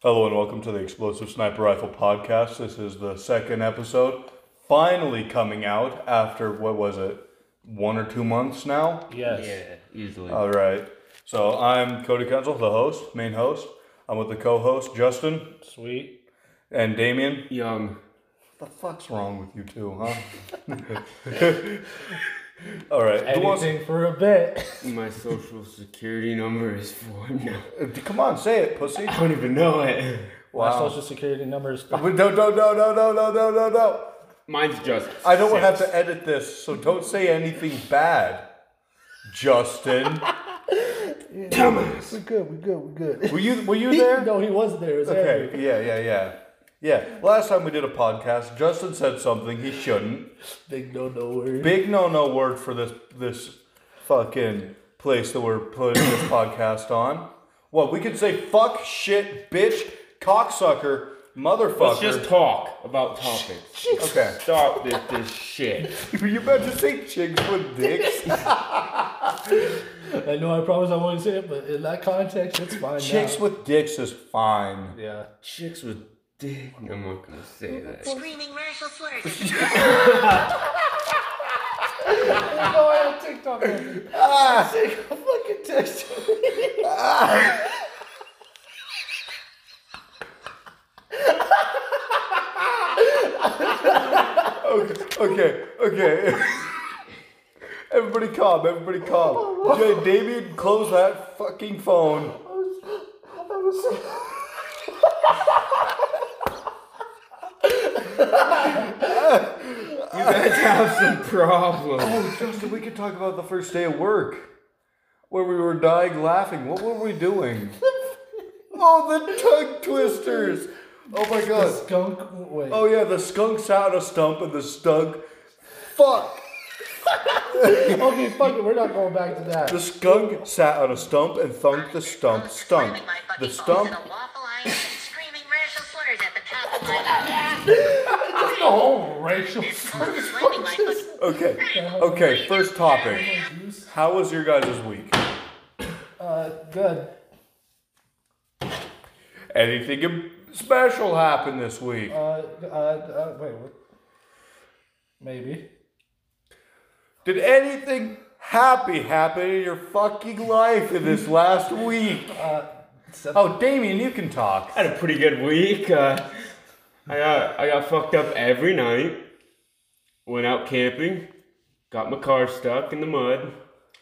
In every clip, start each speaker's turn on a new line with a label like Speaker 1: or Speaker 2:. Speaker 1: Hello and welcome to the Explosive Sniper Rifle Podcast. This is the second episode, finally coming out after what was it, one or two months now?
Speaker 2: Yes.
Speaker 3: Yeah, easily.
Speaker 1: All right. So I'm Cody Kunzel, the host, main host. I'm with the co-host Justin
Speaker 2: Sweet.
Speaker 1: and Damien.
Speaker 3: Young.
Speaker 1: The fuck's wrong with you two, huh? All right. Who wants-
Speaker 2: Anything for a bit.
Speaker 3: My social security number is four now.
Speaker 1: Come on, say it, pussy.
Speaker 3: I don't even know it.
Speaker 2: My social security number is
Speaker 1: No, no, no, no, no, no, no, no, no.
Speaker 3: Mine's just.
Speaker 1: I don't have to edit this, so don't say anything bad, Justin.
Speaker 2: We good. We good. We good.
Speaker 1: Were you Were you there?
Speaker 2: no, he was there. It was Eric.
Speaker 1: Okay. Yeah. Yeah. Yeah. Yeah. Last time we did a podcast, Justin said something he shouldn't.
Speaker 2: Big no no worry.
Speaker 1: Big no no word for this this fucking place that we're putting this podcast on. What we could say? Fuck, shit, bitch, cocksucker, motherfucker.
Speaker 3: Let's just talk about topics.
Speaker 1: okay.
Speaker 3: Stop this, this shit.
Speaker 1: Were you about to say chicks with dicks?
Speaker 2: I know. I promise I won't say it, but in that context, it's fine.
Speaker 1: chicks
Speaker 2: now.
Speaker 1: with dicks is fine.
Speaker 2: Yeah.
Speaker 3: Chicks with dick. I'm not gonna say that.
Speaker 4: Screaming racial slurs.
Speaker 2: Oh, I have TikTok.
Speaker 1: Ah,
Speaker 2: fucking text.
Speaker 1: okay, okay. everybody calm, everybody calm. Okay, Damien, close that fucking phone.
Speaker 3: You guys have some problems.
Speaker 1: Oh, Justin, we could talk about the first day of work where we were dying laughing. What were we doing? oh, the tongue twisters. Oh my god.
Speaker 2: Skunk. Wait.
Speaker 1: Oh yeah, the skunk's out of stump and the skunk. Fuck.
Speaker 2: Okay. Fuck it. We're not going back to that.
Speaker 1: The skunk sat on a stump and thunked the stump stump.
Speaker 4: Slamming my fucking
Speaker 1: The
Speaker 4: balls
Speaker 1: stump
Speaker 4: in a waffle iron and screaming racial slurs at the top of my
Speaker 2: Oh, racial.
Speaker 4: lungs. Slamming my fucking
Speaker 1: Okay. Okay, first topic. How was your guys' week?
Speaker 2: Uh, good.
Speaker 1: Anything im- special happened this week?
Speaker 2: Uh, uh, uh, wait. What? Maybe.
Speaker 1: Did anything happy happen in your fucking life in this last week? Oh, Damien, you can talk.
Speaker 3: I had a pretty good week. Uh, I got I got fucked up every night. Went out camping. Got my car stuck in the mud.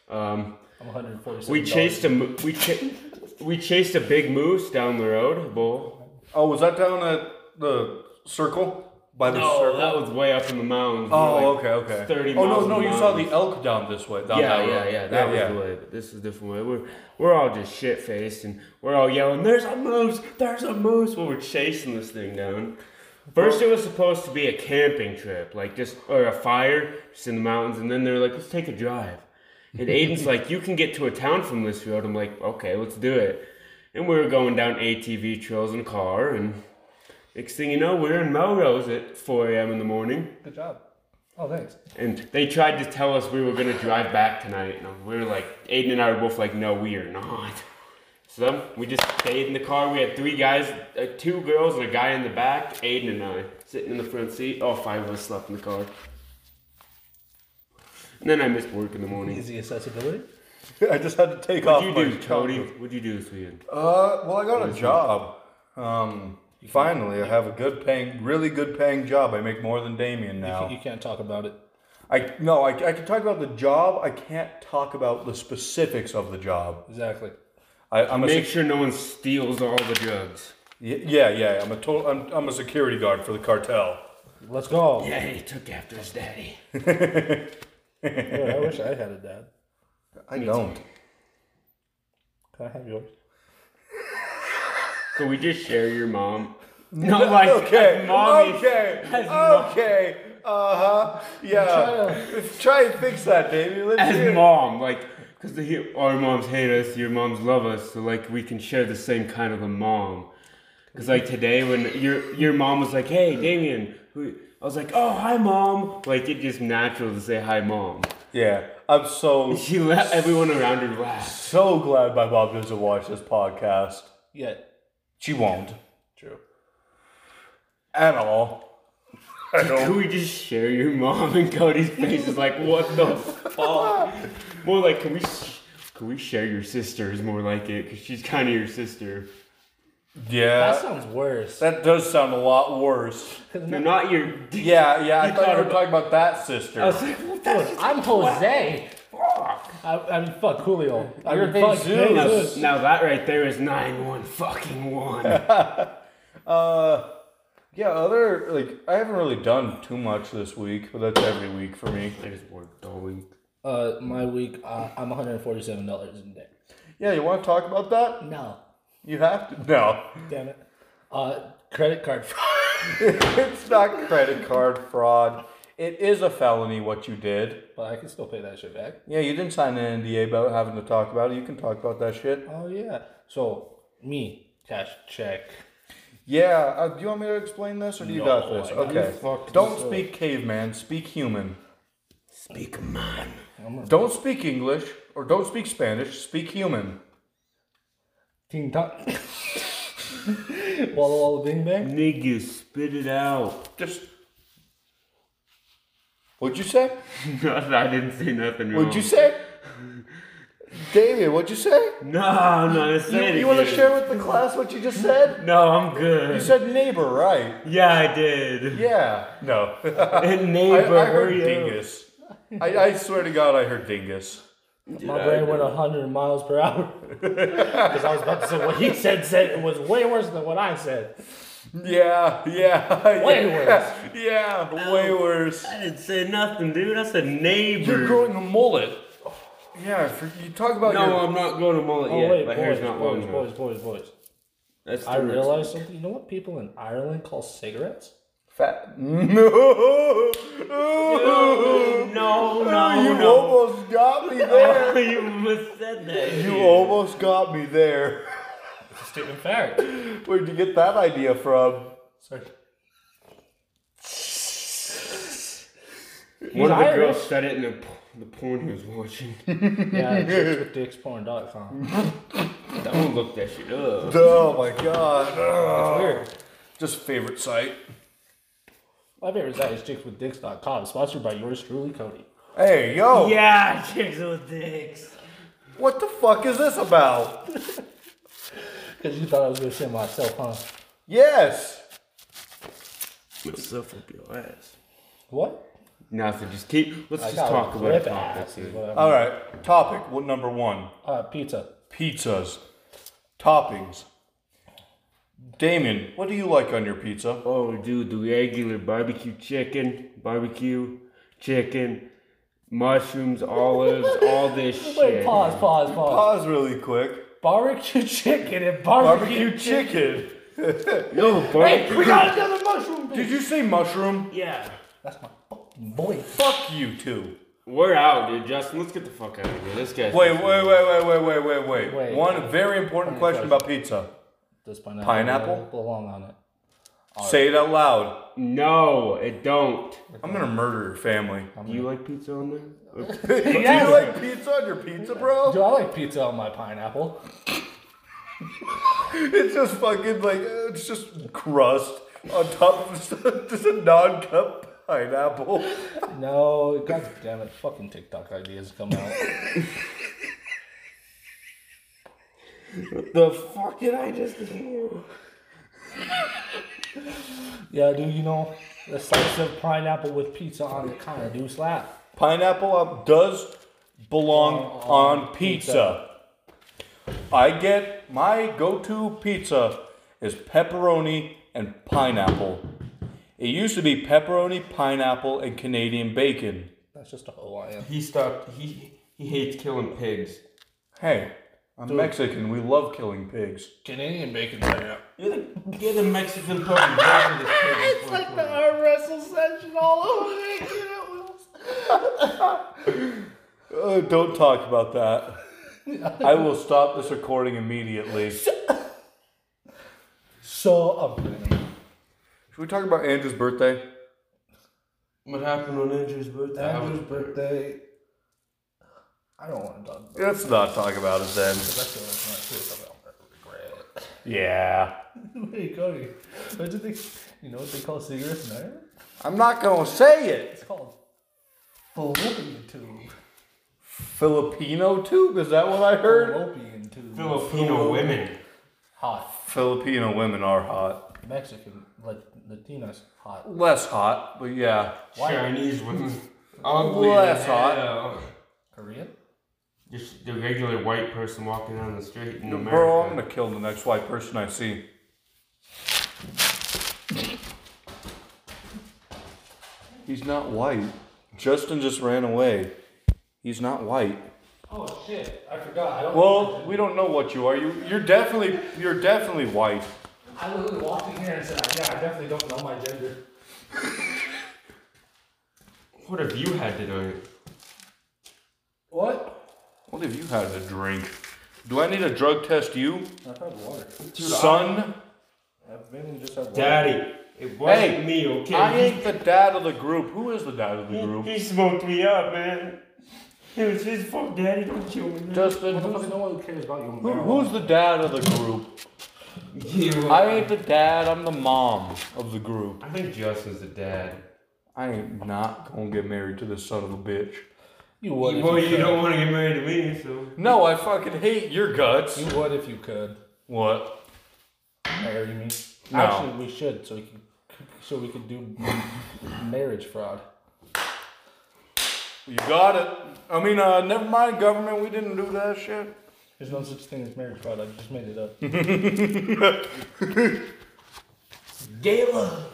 Speaker 3: Um,
Speaker 2: I'm 147.
Speaker 3: we chased a mo- we cha- we chased a big moose down the road. a Bull.
Speaker 1: Oh, was that down at the circle? By the
Speaker 3: No,
Speaker 1: circle?
Speaker 3: Oh, that was way up in the mountains. We were
Speaker 1: oh,
Speaker 3: like
Speaker 1: okay, okay.
Speaker 3: 30
Speaker 1: oh, no,
Speaker 3: miles
Speaker 1: no,
Speaker 3: an
Speaker 1: you
Speaker 3: hour.
Speaker 1: saw the elk down this way. Down
Speaker 3: Yeah,
Speaker 1: that
Speaker 3: yeah,
Speaker 1: road.
Speaker 3: yeah. That was the way. But this is a different way. We're we're all just shit faced and we're all yelling, There's a moose, there's a moose when we're chasing this thing down. First it was supposed to be a camping trip, like just or a fire just in the mountains, and then they're like, Let's take a drive. And Aiden's like, You can get to a town from this road. I'm like, Okay, let's do it. And we were going down ATV trails in a car and next thing you know, we're in Melrose at four AM in the morning.
Speaker 2: Good job. Oh, thanks.
Speaker 3: And they tried to tell us we were gonna drive back tonight, and we were like, Aiden and I were both like, no, we are not. So we just stayed in the car. We had three guys, uh, two girls, and a guy in the back. Aiden and I sitting in the front seat. All five of us slept in the car. And then I missed work in the morning.
Speaker 2: Easy accessibility.
Speaker 1: I just had to take off
Speaker 3: What'd you
Speaker 1: my
Speaker 3: do, Cody?
Speaker 1: chocolate.
Speaker 3: What'd you do this weekend?
Speaker 1: Uh, well, I got a job. Um, finally, I have a good paying, really good paying job. I make more than Damien now.
Speaker 2: You can't talk about it.
Speaker 1: I no, I, I can talk about the job. I can't talk about the specifics of the job.
Speaker 2: Exactly.
Speaker 1: I, I'm a
Speaker 3: Make
Speaker 1: sec-
Speaker 3: sure no one steals all the drugs.
Speaker 1: y- yeah, yeah. I'm a total. I'm, I'm a security guard for the cartel.
Speaker 2: Let's go.
Speaker 3: Yeah, he took after his daddy.
Speaker 2: Dude, I wish I had a dad.
Speaker 1: I don't.
Speaker 2: Can I have yours?
Speaker 3: Could we just share your mom? Not like
Speaker 1: Okay.
Speaker 3: as mommy.
Speaker 1: Okay.
Speaker 3: as mom-
Speaker 1: Okay. Uh huh. Yeah. Let's try and fix that, baby. Let's hear
Speaker 3: as
Speaker 1: it.
Speaker 3: mom, like, because our moms hate us, your moms love us, so like we can share the same kind of a mom. Because like today, when your your mom was like, "Hey, Damien," who, I was like, "Oh, hi, mom." Like it just natural to say hi, mom.
Speaker 1: Yeah. I'm so
Speaker 3: She let everyone around her laugh.
Speaker 1: so glad my mom doesn't watch this podcast.
Speaker 2: Yeah.
Speaker 1: She won't.
Speaker 2: True.
Speaker 1: at all. I don't.
Speaker 3: Can we just share your mom and Cody's face? Is like, what the fuck? More like, can we sh- can we share your sister? Is more like it because she's kind of your sister.
Speaker 2: That
Speaker 1: Yeah,
Speaker 2: sounds worse.
Speaker 1: that does sound a lot worse.
Speaker 3: No, not your. d-
Speaker 1: Yeah, yeah. I
Speaker 3: You
Speaker 1: thought
Speaker 3: thought
Speaker 1: we were
Speaker 3: about-
Speaker 1: talking about that sister.
Speaker 3: I was like, what the
Speaker 2: Dude, I'm Jose.
Speaker 3: fuck?
Speaker 2: I, I mean, fuck Julio. I
Speaker 1: You're
Speaker 2: mean, fuck
Speaker 1: Jesus.
Speaker 3: Now,
Speaker 2: Jesus.
Speaker 3: now that right there is nine one fucking one.
Speaker 1: Uh, yeah. Other like, I haven't really done too much this week, but that's every week for me.
Speaker 3: I just worked all week.
Speaker 2: Uh, my week, uh, I'm $147 in debt.
Speaker 1: Yeah, you want to talk about that?
Speaker 2: No.
Speaker 1: You have to. No,
Speaker 2: Damn it. Uh, credit card fraud.
Speaker 1: it's not credit card fraud. It is a felony what you did.
Speaker 2: but I can still pay that shit back.
Speaker 1: Yeah, you didn't sign an NDA about having to talk about it. You can talk about that shit.
Speaker 2: Oh, yeah. So, me, cash check.
Speaker 1: Yeah. Uh, do you want me to explain this, or do you
Speaker 2: No,
Speaker 1: got this?
Speaker 2: I-
Speaker 1: Okay.
Speaker 2: you fucked
Speaker 1: Don't
Speaker 2: this up.
Speaker 1: speak caveman. Speak human.
Speaker 3: Speak man.
Speaker 1: Don't speak English or don't speak Spanish. Speak human.
Speaker 2: Ting tong. Walla Walla Bing Bang.
Speaker 3: Nigga, spit it out.
Speaker 1: Just. What'd you say?
Speaker 3: I didn't say nothing wrong.
Speaker 1: What'd you say? David, what'd you say?
Speaker 3: No, no, say it
Speaker 1: You, want to
Speaker 3: again.
Speaker 1: share with the class what you just said?
Speaker 3: No, I'm good.
Speaker 1: You said neighbor, right?
Speaker 3: yeah, I did.
Speaker 1: Yeah. No.
Speaker 3: And
Speaker 1: I,
Speaker 3: neighbor,
Speaker 1: I heard
Speaker 3: hurry up.
Speaker 1: dingus. I, I swear to God, I heard dingus.
Speaker 2: My brain went 100 miles per hour. Because I was about to say what he said, said it was way worse than what I said.
Speaker 1: Yeah, yeah.
Speaker 2: Way worse.
Speaker 1: Yeah, way worse.
Speaker 3: I didn't say nothing, dude. I said neighbor.
Speaker 1: You're growing a mullet. Yeah, for, you talk about
Speaker 3: no, um,
Speaker 1: your.
Speaker 3: I'm not going to mullet
Speaker 2: Oh,
Speaker 3: yet.
Speaker 2: wait,
Speaker 3: My
Speaker 2: boys,
Speaker 3: hair's not long
Speaker 2: boys,
Speaker 3: enough.
Speaker 2: boys, boys, boys.
Speaker 3: That's
Speaker 2: I
Speaker 3: too much.
Speaker 2: realized something. You know what people in Ireland call cigarettes?
Speaker 1: fat. No.
Speaker 3: No, no, no.
Speaker 1: you
Speaker 3: no.
Speaker 1: almost got me there.
Speaker 3: you almost said that.
Speaker 1: You
Speaker 3: dude.
Speaker 1: almost got me there.
Speaker 2: It's a statement fact.
Speaker 1: Where'd you get that idea from?
Speaker 2: Sorry.
Speaker 3: One of the
Speaker 2: He's
Speaker 3: girls
Speaker 2: Irish.
Speaker 3: said it in the, p- the porn he was watching.
Speaker 2: Yeah, chicks with dicks porn.com.
Speaker 3: Don't look that shit up.
Speaker 1: Oh my god. Ugh.
Speaker 2: Weird.
Speaker 1: Just favorite site.
Speaker 2: My favorite site is chickswithdicks.com, sponsored by yours truly, Cody.
Speaker 1: Hey, yo.
Speaker 3: Yeah, chicks with dicks.
Speaker 1: What the fuck is this about?
Speaker 2: Because you thought I was going to shit myself, huh?
Speaker 1: Yes.
Speaker 3: What's up with your ass?
Speaker 2: What?
Speaker 3: Nothing. Just keep. Let's
Speaker 2: I
Speaker 3: just
Speaker 2: got
Speaker 3: talk about
Speaker 2: rip
Speaker 3: it.
Speaker 2: ass, is what I'm-
Speaker 1: All right. Topic what, number one
Speaker 2: Uh, pizza.
Speaker 1: pizzas, toppings. Damon, what do you like on your pizza?
Speaker 3: Oh, dude, the regular barbecue chicken, barbecue chicken, mushrooms, olives, all this shit.
Speaker 2: Wait, pause, pause, pause.
Speaker 1: Pause really quick.
Speaker 2: Barbecue chicken and barbecue,
Speaker 1: Barbecue chicken.
Speaker 3: No, barbecue.
Speaker 2: We got another mushroom.
Speaker 1: Did you say mushroom?
Speaker 3: yeah.
Speaker 2: That's my fucking boy.
Speaker 1: Fuck you two.
Speaker 3: We're out, dude. Justin, let's get the fuck out of here. This guy's.
Speaker 1: Wait, wait, wait, wait, wait, wait, wait, wait.
Speaker 2: Wait.
Speaker 1: One very important question about pizza.
Speaker 2: Does pineapple,
Speaker 1: Pineapple?
Speaker 2: belong on it?
Speaker 1: Say it out loud.
Speaker 3: No, it don't.
Speaker 1: I'm gonna murder your family.
Speaker 3: Do you like pizza on there? Or-
Speaker 1: Do you like pizza on your pizza, bro?
Speaker 2: Do I like pizza on my pineapple?
Speaker 1: It's just fucking like uh, it's just crust on top of just- just a non-cup pineapple.
Speaker 2: No, god damn it, fucking TikTok ideas come out.
Speaker 3: the fuck did I just hear?
Speaker 2: yeah, dude, you know, the slice of pineapple with pizza on it kinda do slap.
Speaker 1: Pineapple up does belong on, pizza. I get my go-to pizza is pepperoni and pineapple. It used to be pepperoni, pineapple, and Canadian bacon.
Speaker 2: That's just a Hawaiian.
Speaker 3: He stopped. He he hates killing pigs.
Speaker 1: Hey, I'm Mexican. We love killing pigs.
Speaker 2: Canadian bacon right
Speaker 3: You're the, you're the Mexican person. driving this pig
Speaker 2: It's like the arm wrestle session all over again.
Speaker 1: Uh, don't talk about that. I will stop this recording immediately. Should
Speaker 2: So upsetting.
Speaker 1: we talk about Andrew's birthday?
Speaker 3: What happened on Andrew's birthday?
Speaker 2: Andrew's birthday. I don't want to talk about it.
Speaker 1: Let's not talk about it then.
Speaker 2: That's the only thing I feel about regret.
Speaker 1: Yeah.
Speaker 2: Where you going? Don't you think? You know what they call cigarettes in Ireland?
Speaker 1: I'm not gonna say it.
Speaker 2: It's called fallopian tube.
Speaker 1: Filipino tube? Is that what I heard?
Speaker 2: Fallopian tube.
Speaker 3: Filipino women.
Speaker 2: Hot.
Speaker 1: Filipino women are hot.
Speaker 2: Mexican, like Latinas, hot.
Speaker 1: Less hot, but yeah.
Speaker 2: Why?
Speaker 3: Chinese women. Ugly
Speaker 1: Bless
Speaker 3: as
Speaker 1: hot.
Speaker 3: hell.
Speaker 2: Korean?
Speaker 3: Just the regular white person walking down the street in America.
Speaker 1: Bro, I'm gonna kill the next white person I see. He's not white. Justin just ran away. He's not white.
Speaker 2: Oh shit! I forgot. I don't.
Speaker 1: Well, we don't know what you are. You you're definitely you're definitely white.
Speaker 2: I literally walked in here and said, "Yeah, I definitely don't know my gender."
Speaker 3: What have you had tonight?
Speaker 2: What?
Speaker 1: What have you had to drink? Do I need to drug test you?
Speaker 2: I've had water.
Speaker 1: Son?
Speaker 2: I've mainly just had water.
Speaker 3: Daddy, it wasn't
Speaker 1: Hey,
Speaker 3: me, okay?
Speaker 1: I ain't the dad of the group. Who is the dad of the
Speaker 3: he,
Speaker 1: group?
Speaker 3: he smoked me up, man. It was his fault, Daddy. Don't kill me.
Speaker 1: Justin,
Speaker 2: What the
Speaker 1: who's,
Speaker 2: fuck? No one cares about you.
Speaker 1: who- who's the dad of the group?
Speaker 3: You.
Speaker 1: I ain't the dad, I'm the mom of the group.
Speaker 3: I think Justin's the dad.
Speaker 1: I ain't not gonna get married to this son of a bitch.
Speaker 2: You would. if
Speaker 3: Well, you
Speaker 2: could.
Speaker 3: don't want to get married to me, so.
Speaker 1: No, I fucking hate your guts.
Speaker 2: You would if you could.
Speaker 1: What?
Speaker 2: Marry me.
Speaker 1: No.
Speaker 2: Actually, we should, so we can, so we can do marriage fraud.
Speaker 1: You got it. I mean, uh, never mind, government. We didn't do that shit.
Speaker 2: There's no such thing as marriage fraud. I just made it up. Gay love.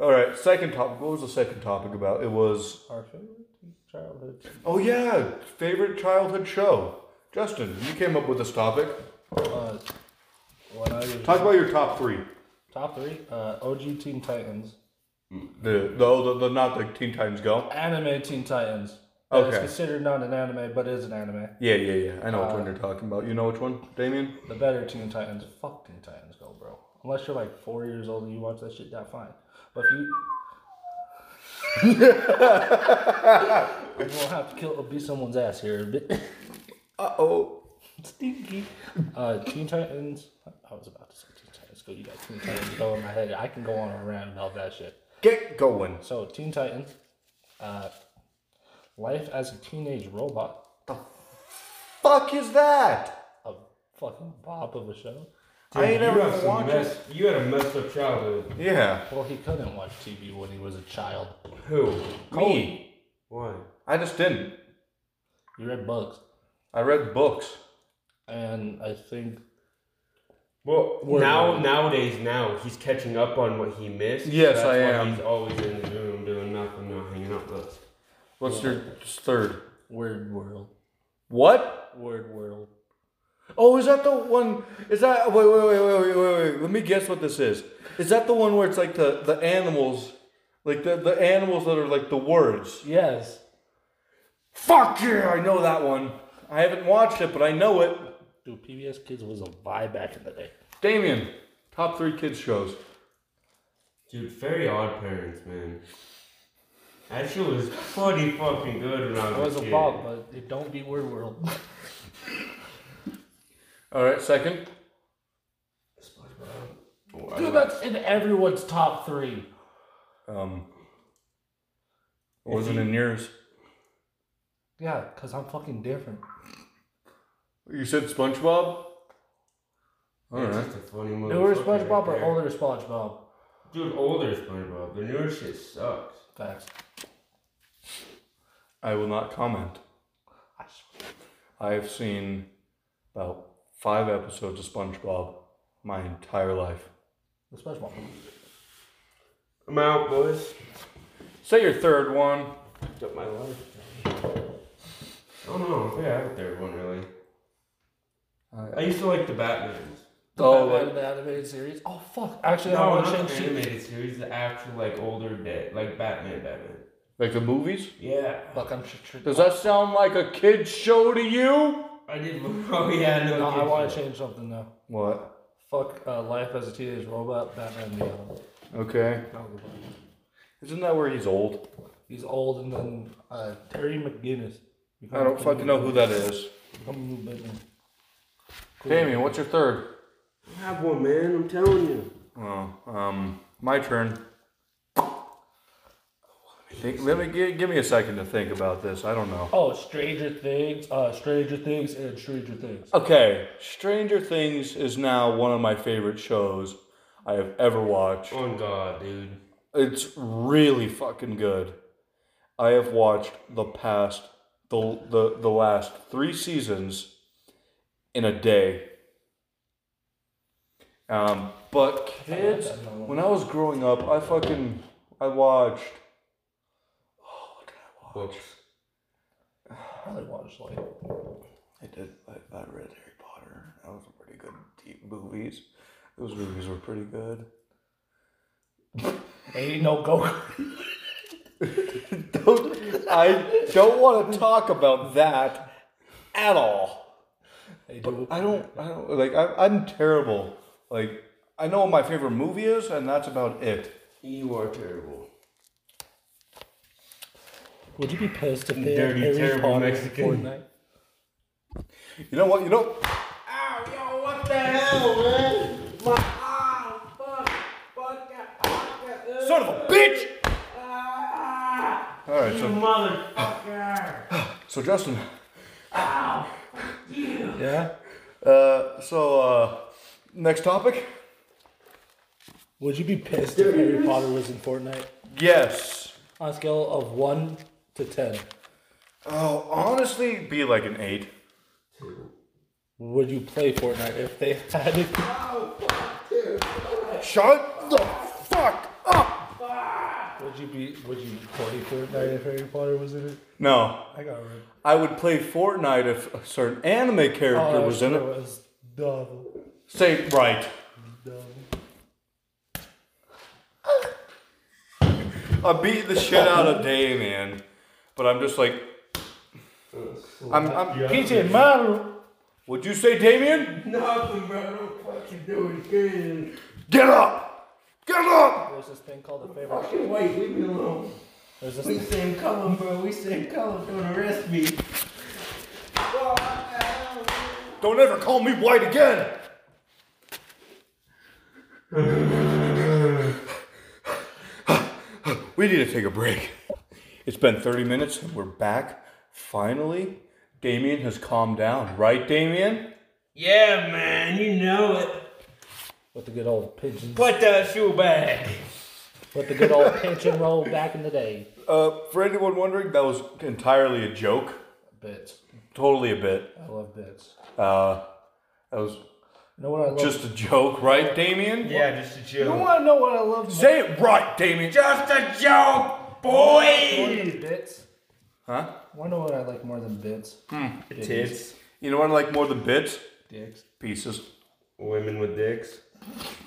Speaker 1: All right. Second topic. What was the second topic about? It was.
Speaker 2: Our favorite childhood.
Speaker 1: Oh yeah, favorite childhood show. Justin, you came up with this topic.
Speaker 2: Uh, when I was
Speaker 1: Talk about your top three.
Speaker 2: top three, uh, OG Teen Titans,
Speaker 1: The the, oh, the, the not the Teen Titans Go.
Speaker 2: anime Teen Titans. That is
Speaker 1: Okay.
Speaker 2: considered not an anime, but is an anime.
Speaker 1: Yeah, yeah, yeah. I know which one you're talking about. You know which one, Damien?
Speaker 2: The better Teen Titans, fuck Teen Titans Go, bro. Unless you're like four years old and you watch that shit, that fine. But if you, we're gonna have to kill beat someone's ass here. a bit.
Speaker 1: Uh oh.
Speaker 2: Stinky. Uh, Teen Titans. I was about to say Teen Titans Go. You got Teen Titans Go in my head. I can go on a rant about that shit.
Speaker 1: Get going.
Speaker 2: So Teen Titans, uh, life as a teenage robot,
Speaker 1: Fuck is that?
Speaker 2: a fucking bop of a show.
Speaker 1: I ain't
Speaker 3: you,
Speaker 1: ever
Speaker 3: have some
Speaker 1: watched
Speaker 3: mess, you had a messed up childhood.
Speaker 1: Yeah.
Speaker 2: Well, he couldn't watch TV when he was a child.
Speaker 3: Who?
Speaker 1: Me.
Speaker 3: Why?
Speaker 1: I just didn't.
Speaker 2: He read books,
Speaker 1: I read books.
Speaker 2: and I think
Speaker 3: Well,
Speaker 2: Word.
Speaker 3: now nowadays, now he's catching up on what he missed.
Speaker 1: Yes,
Speaker 3: that's
Speaker 1: I
Speaker 3: why
Speaker 1: am.
Speaker 3: He's always in the room doing nothing, not hanging out with us.
Speaker 1: What's your third?
Speaker 2: Word World,
Speaker 1: What?
Speaker 2: Word World.
Speaker 1: Oh, is that the one? Is that wait, wait, wait, wait, wait, wait, wait? Let me guess what this is. Is that the one where it's like the the animals, like the the animals that are like the words?
Speaker 2: Yes.
Speaker 1: Fuck yeah! I know that one. I haven't watched it, but I know it.
Speaker 2: Dude, PBS Kids was a vibe back in the day.
Speaker 1: Damien, top three kids shows.
Speaker 3: Dude, very odd parents, man. That shit was pretty fucking good when I
Speaker 2: It
Speaker 3: was,
Speaker 2: was
Speaker 3: a
Speaker 2: a
Speaker 3: kid.
Speaker 2: bop, but it don't be Word World.
Speaker 1: All right, second.
Speaker 2: Dude, that's in everyone's top three.
Speaker 1: Um, wasn't in yours.
Speaker 2: Yeah, cause I'm fucking different.
Speaker 1: You said SpongeBob. All
Speaker 3: It's
Speaker 1: right.
Speaker 3: just a funny movie.
Speaker 2: Newer
Speaker 3: Fuck it,
Speaker 2: SpongeBob or
Speaker 3: right
Speaker 2: older SpongeBob?
Speaker 3: there. Dude, older SpongeBob. The newer shit sucks.
Speaker 2: Facts.
Speaker 1: I will not comment.
Speaker 2: I swear.
Speaker 1: I have seen about five episodes of SpongeBob my entire life.
Speaker 2: The SpongeBob. one.
Speaker 3: I'm out, boys.
Speaker 1: Say your third one.
Speaker 3: Fucked up my life. I don't know. if I have a third one really. I used to like the Batman's.
Speaker 1: Oh,
Speaker 2: Batman,
Speaker 1: like-
Speaker 2: the animated series. Oh fuck! Actually, I
Speaker 3: No,
Speaker 2: want to change.
Speaker 3: not the
Speaker 2: to-
Speaker 3: animated series. The actual like older day, like Batman, Batman.
Speaker 1: Like the movies?
Speaker 3: Yeah.
Speaker 2: Fuck! I'm. Tr- tr-
Speaker 1: Does that sound like a kid's show to you?
Speaker 3: I did. look- Oh yeah, no.
Speaker 2: No, I
Speaker 3: kids.
Speaker 2: want to change something now.
Speaker 1: What?
Speaker 2: Fuck uh, life as a teenage robot. Batman the Animal.
Speaker 1: Okay. Isn't that where he's old?
Speaker 2: He's old and then uh, Terry McGinnis.
Speaker 1: I don't fucking know who that is.
Speaker 2: Come move baby.
Speaker 1: Damien, what's your third?
Speaker 3: I have one, man. I'm telling you.
Speaker 1: Oh, um, my turn. Think, let me give, give me a second to think about this. I don't know.
Speaker 2: Oh, Stranger Things, uh, Stranger Things, and Stranger Things.
Speaker 1: Okay, Stranger Things is now one of my favorite shows I have ever watched.
Speaker 3: On Oh, God, dude.
Speaker 1: It's really fucking good. I have watched the past the the, the last 3 seasons in a day. Um, but kids, when I was growing up, I fucking I watched oh,
Speaker 3: Books.
Speaker 2: I probably watched like
Speaker 1: I did I, I read Harry Potter. That was a pretty good deep movies. Those movies were pretty good.
Speaker 2: ain't no go.
Speaker 1: Don't, I don't want to talk about that at all.
Speaker 2: They do.
Speaker 1: I don't. I don't like. I, I'm terrible. Like I know what my favorite movie is, and that's about it.
Speaker 3: You are terrible.
Speaker 2: Would you be pissed if they had
Speaker 3: Dirty,
Speaker 2: Harry
Speaker 3: terrible
Speaker 2: Potter and
Speaker 3: Mexican.
Speaker 2: Fortnite?
Speaker 1: You know what? You know.
Speaker 3: Ow, yo, what the hell, man? My eye, fuck, fuck that, fuck that,
Speaker 1: Son of a bitch.
Speaker 3: ah,
Speaker 1: All right. So,
Speaker 3: motherfucker.
Speaker 1: so Justin.
Speaker 2: Yeah.
Speaker 1: Uh. So. Uh. Next topic.
Speaker 2: Would you be pissed if Harry Potter was in Fortnite?
Speaker 1: Yes.
Speaker 2: On a scale of one to ten,
Speaker 1: Oh, honestly, be like an eight.
Speaker 2: would you play Fortnite if they had it?
Speaker 1: Shut the fuck up.
Speaker 2: Would you be? Would you play Fortnite if Harry Potter was in it?
Speaker 1: No,
Speaker 2: I got rid.
Speaker 1: I would play Fortnite if a certain anime
Speaker 3: Oh,
Speaker 1: character was in it.
Speaker 2: was double,
Speaker 1: Say right.
Speaker 2: double.
Speaker 1: I beat the shit out of Damien, but I'm just like, I'm, I'm
Speaker 2: PJ Maru.
Speaker 1: Would you say Damien?
Speaker 3: Nothing, bro. Don't fucking do it again.
Speaker 1: Get up! Get up!
Speaker 2: There's this thing called a favorite.
Speaker 3: Fucking wait, leave me alone.
Speaker 2: There's this.
Speaker 3: We same color, bro. We same color. Don't arrest me. Oh, what the hell, man?
Speaker 1: Don't ever call me white again. we need to take a break. It's been 30 minutes and we're back. Finally, Damien has calmed down, right, Damien?
Speaker 3: Yeah, man, you know it.
Speaker 2: With the good old pigeons.
Speaker 3: Put that uh, shoe back.
Speaker 2: With the good old pinch and roll back in the day.
Speaker 1: Uh, for anyone wondering, that was entirely a joke.
Speaker 2: Bits.
Speaker 1: Totally a bit.
Speaker 2: I love bits.
Speaker 1: Uh, that was
Speaker 2: You know what I love?
Speaker 1: just a joke, right, Damien?
Speaker 3: Yeah, just a joke.
Speaker 2: you want to know what I love?
Speaker 1: Say it right, Damien.
Speaker 3: Just a joke,
Speaker 2: more
Speaker 3: boy.
Speaker 2: than bits.
Speaker 1: Huh?
Speaker 2: Want to know what I like more than bits?
Speaker 3: Tits.
Speaker 1: You know what I like more than bits?
Speaker 2: Dicks.
Speaker 1: Pieces.
Speaker 3: Women with dicks.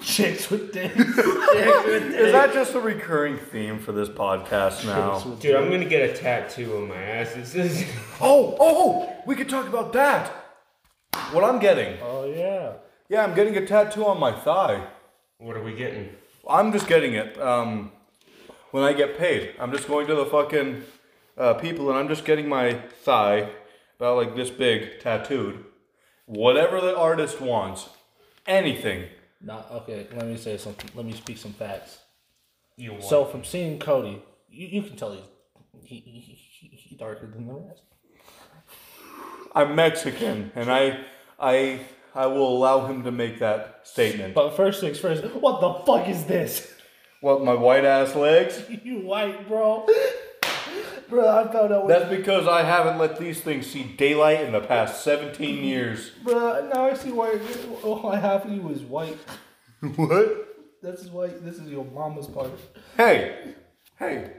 Speaker 2: Chicks with dicks.
Speaker 1: Is that just a recurring theme for this podcast now?
Speaker 3: Dude, I'm gonna get a tattoo on my ass. This is
Speaker 1: Oh, oh, oh, we could talk about that. What I'm getting.
Speaker 2: oh yeah.
Speaker 1: Yeah, I'm getting a tattoo on my thigh.
Speaker 3: what are we getting?
Speaker 1: I'm just getting it um, when I get paid. I'm just going to the fucking uh, people and I'm just getting my thigh about like this big tattooed. Whatever the artist wants, anything.
Speaker 2: Not okay. Let me say something. Let me speak some facts.
Speaker 3: You want?
Speaker 2: So from seeing Cody, you, you can tell he's he, he, he, he darker than the rest.
Speaker 1: I'm Mexican and I, I, I will allow him to make that statement.
Speaker 2: But first things first. What the fuck is this?
Speaker 1: What, my white ass legs?
Speaker 2: you white bro. bro, I found out. What,
Speaker 1: That's because I haven't let these things see daylight in the past 17 years.
Speaker 2: bro, now I see why all I have you is white.
Speaker 1: What?
Speaker 2: This is why. This is your mama's part.
Speaker 1: Hey, hey,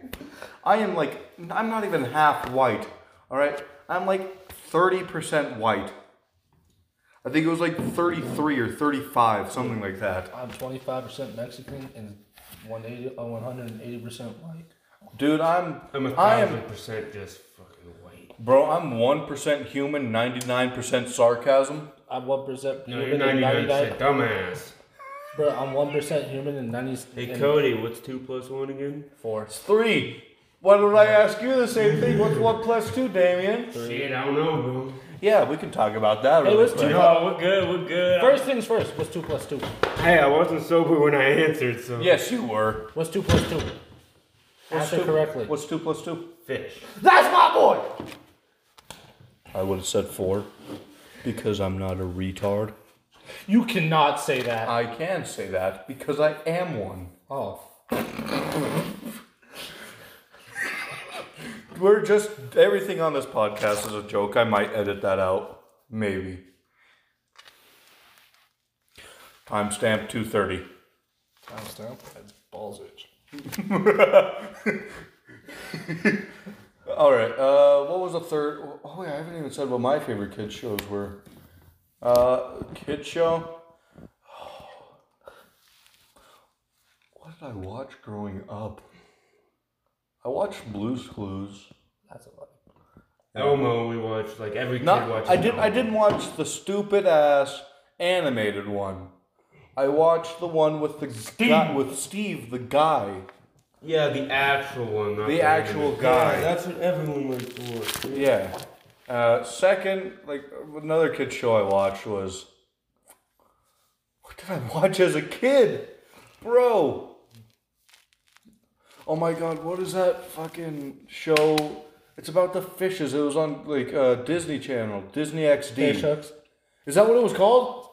Speaker 1: I am like, I'm not even half white, all right? I'm like 30% white. I think it was like 33 or 35, something like that.
Speaker 2: I'm 25% Mexican and 180, uh, 180% white.
Speaker 1: Dude, I'm,
Speaker 3: I'm a
Speaker 1: I
Speaker 3: thousand
Speaker 1: am,
Speaker 3: percent just fucking white.
Speaker 1: bro, I'm 1% human, 99% sarcasm.
Speaker 2: I'm 1%
Speaker 3: No, you're
Speaker 2: human and 99.
Speaker 3: 99 percent dumbass.
Speaker 2: Bro, I'm 1% human and 90.
Speaker 3: Hey
Speaker 2: and
Speaker 3: Cody, what's two plus one again?
Speaker 2: Four.
Speaker 1: Three. Why don't I ask you the same thing? What's one plus two, Damien?
Speaker 3: Shit, I don't know, bro.
Speaker 1: Yeah, we can talk about that.
Speaker 2: Hey,
Speaker 1: really
Speaker 2: let's do
Speaker 1: quick.
Speaker 3: No, we're good. We're good.
Speaker 2: First things first. What's two plus two?
Speaker 3: hey, I wasn't sober when I answered, so
Speaker 1: Yes, you were.
Speaker 2: What's two plus two? Answer
Speaker 1: two,
Speaker 2: correctly.
Speaker 1: What's two plus two?
Speaker 3: fish.
Speaker 2: That's my boy.
Speaker 1: I would have said four because I'm not a retard.
Speaker 2: You cannot say that.
Speaker 1: I can say that because I am one.
Speaker 2: oh,
Speaker 1: We're just everything on this podcast is a joke. I might edit that out, maybe. Timestamp two thirty.
Speaker 2: timestamp. That's balls itch.
Speaker 1: All right. Uh, what was the third? Oh yeah, I haven't even said what my favorite kid shows were. Uh, kid show. What did I watch growing up? I watched Blue's Clues.
Speaker 2: That's a lot.
Speaker 3: Elmo, we watched like every kid
Speaker 1: Not,
Speaker 3: watches.
Speaker 1: I didn't. I
Speaker 3: Elmo.
Speaker 1: didn't watch the stupid ass animated one. I watched the one with the guy, with Steve, the guy,
Speaker 3: Yeah, the actual one. Not
Speaker 1: the actual
Speaker 3: animated.
Speaker 1: guy.
Speaker 3: that's what everyone went for.
Speaker 1: Yeah. Uh, second, like another kid show I watched was what did I watch as a kid, bro? Oh my god, what is that fucking show? It's about the fishes. It was on like uh, Disney Channel, Disney XD.
Speaker 2: Hey, Chucks.
Speaker 1: Is that what it was called?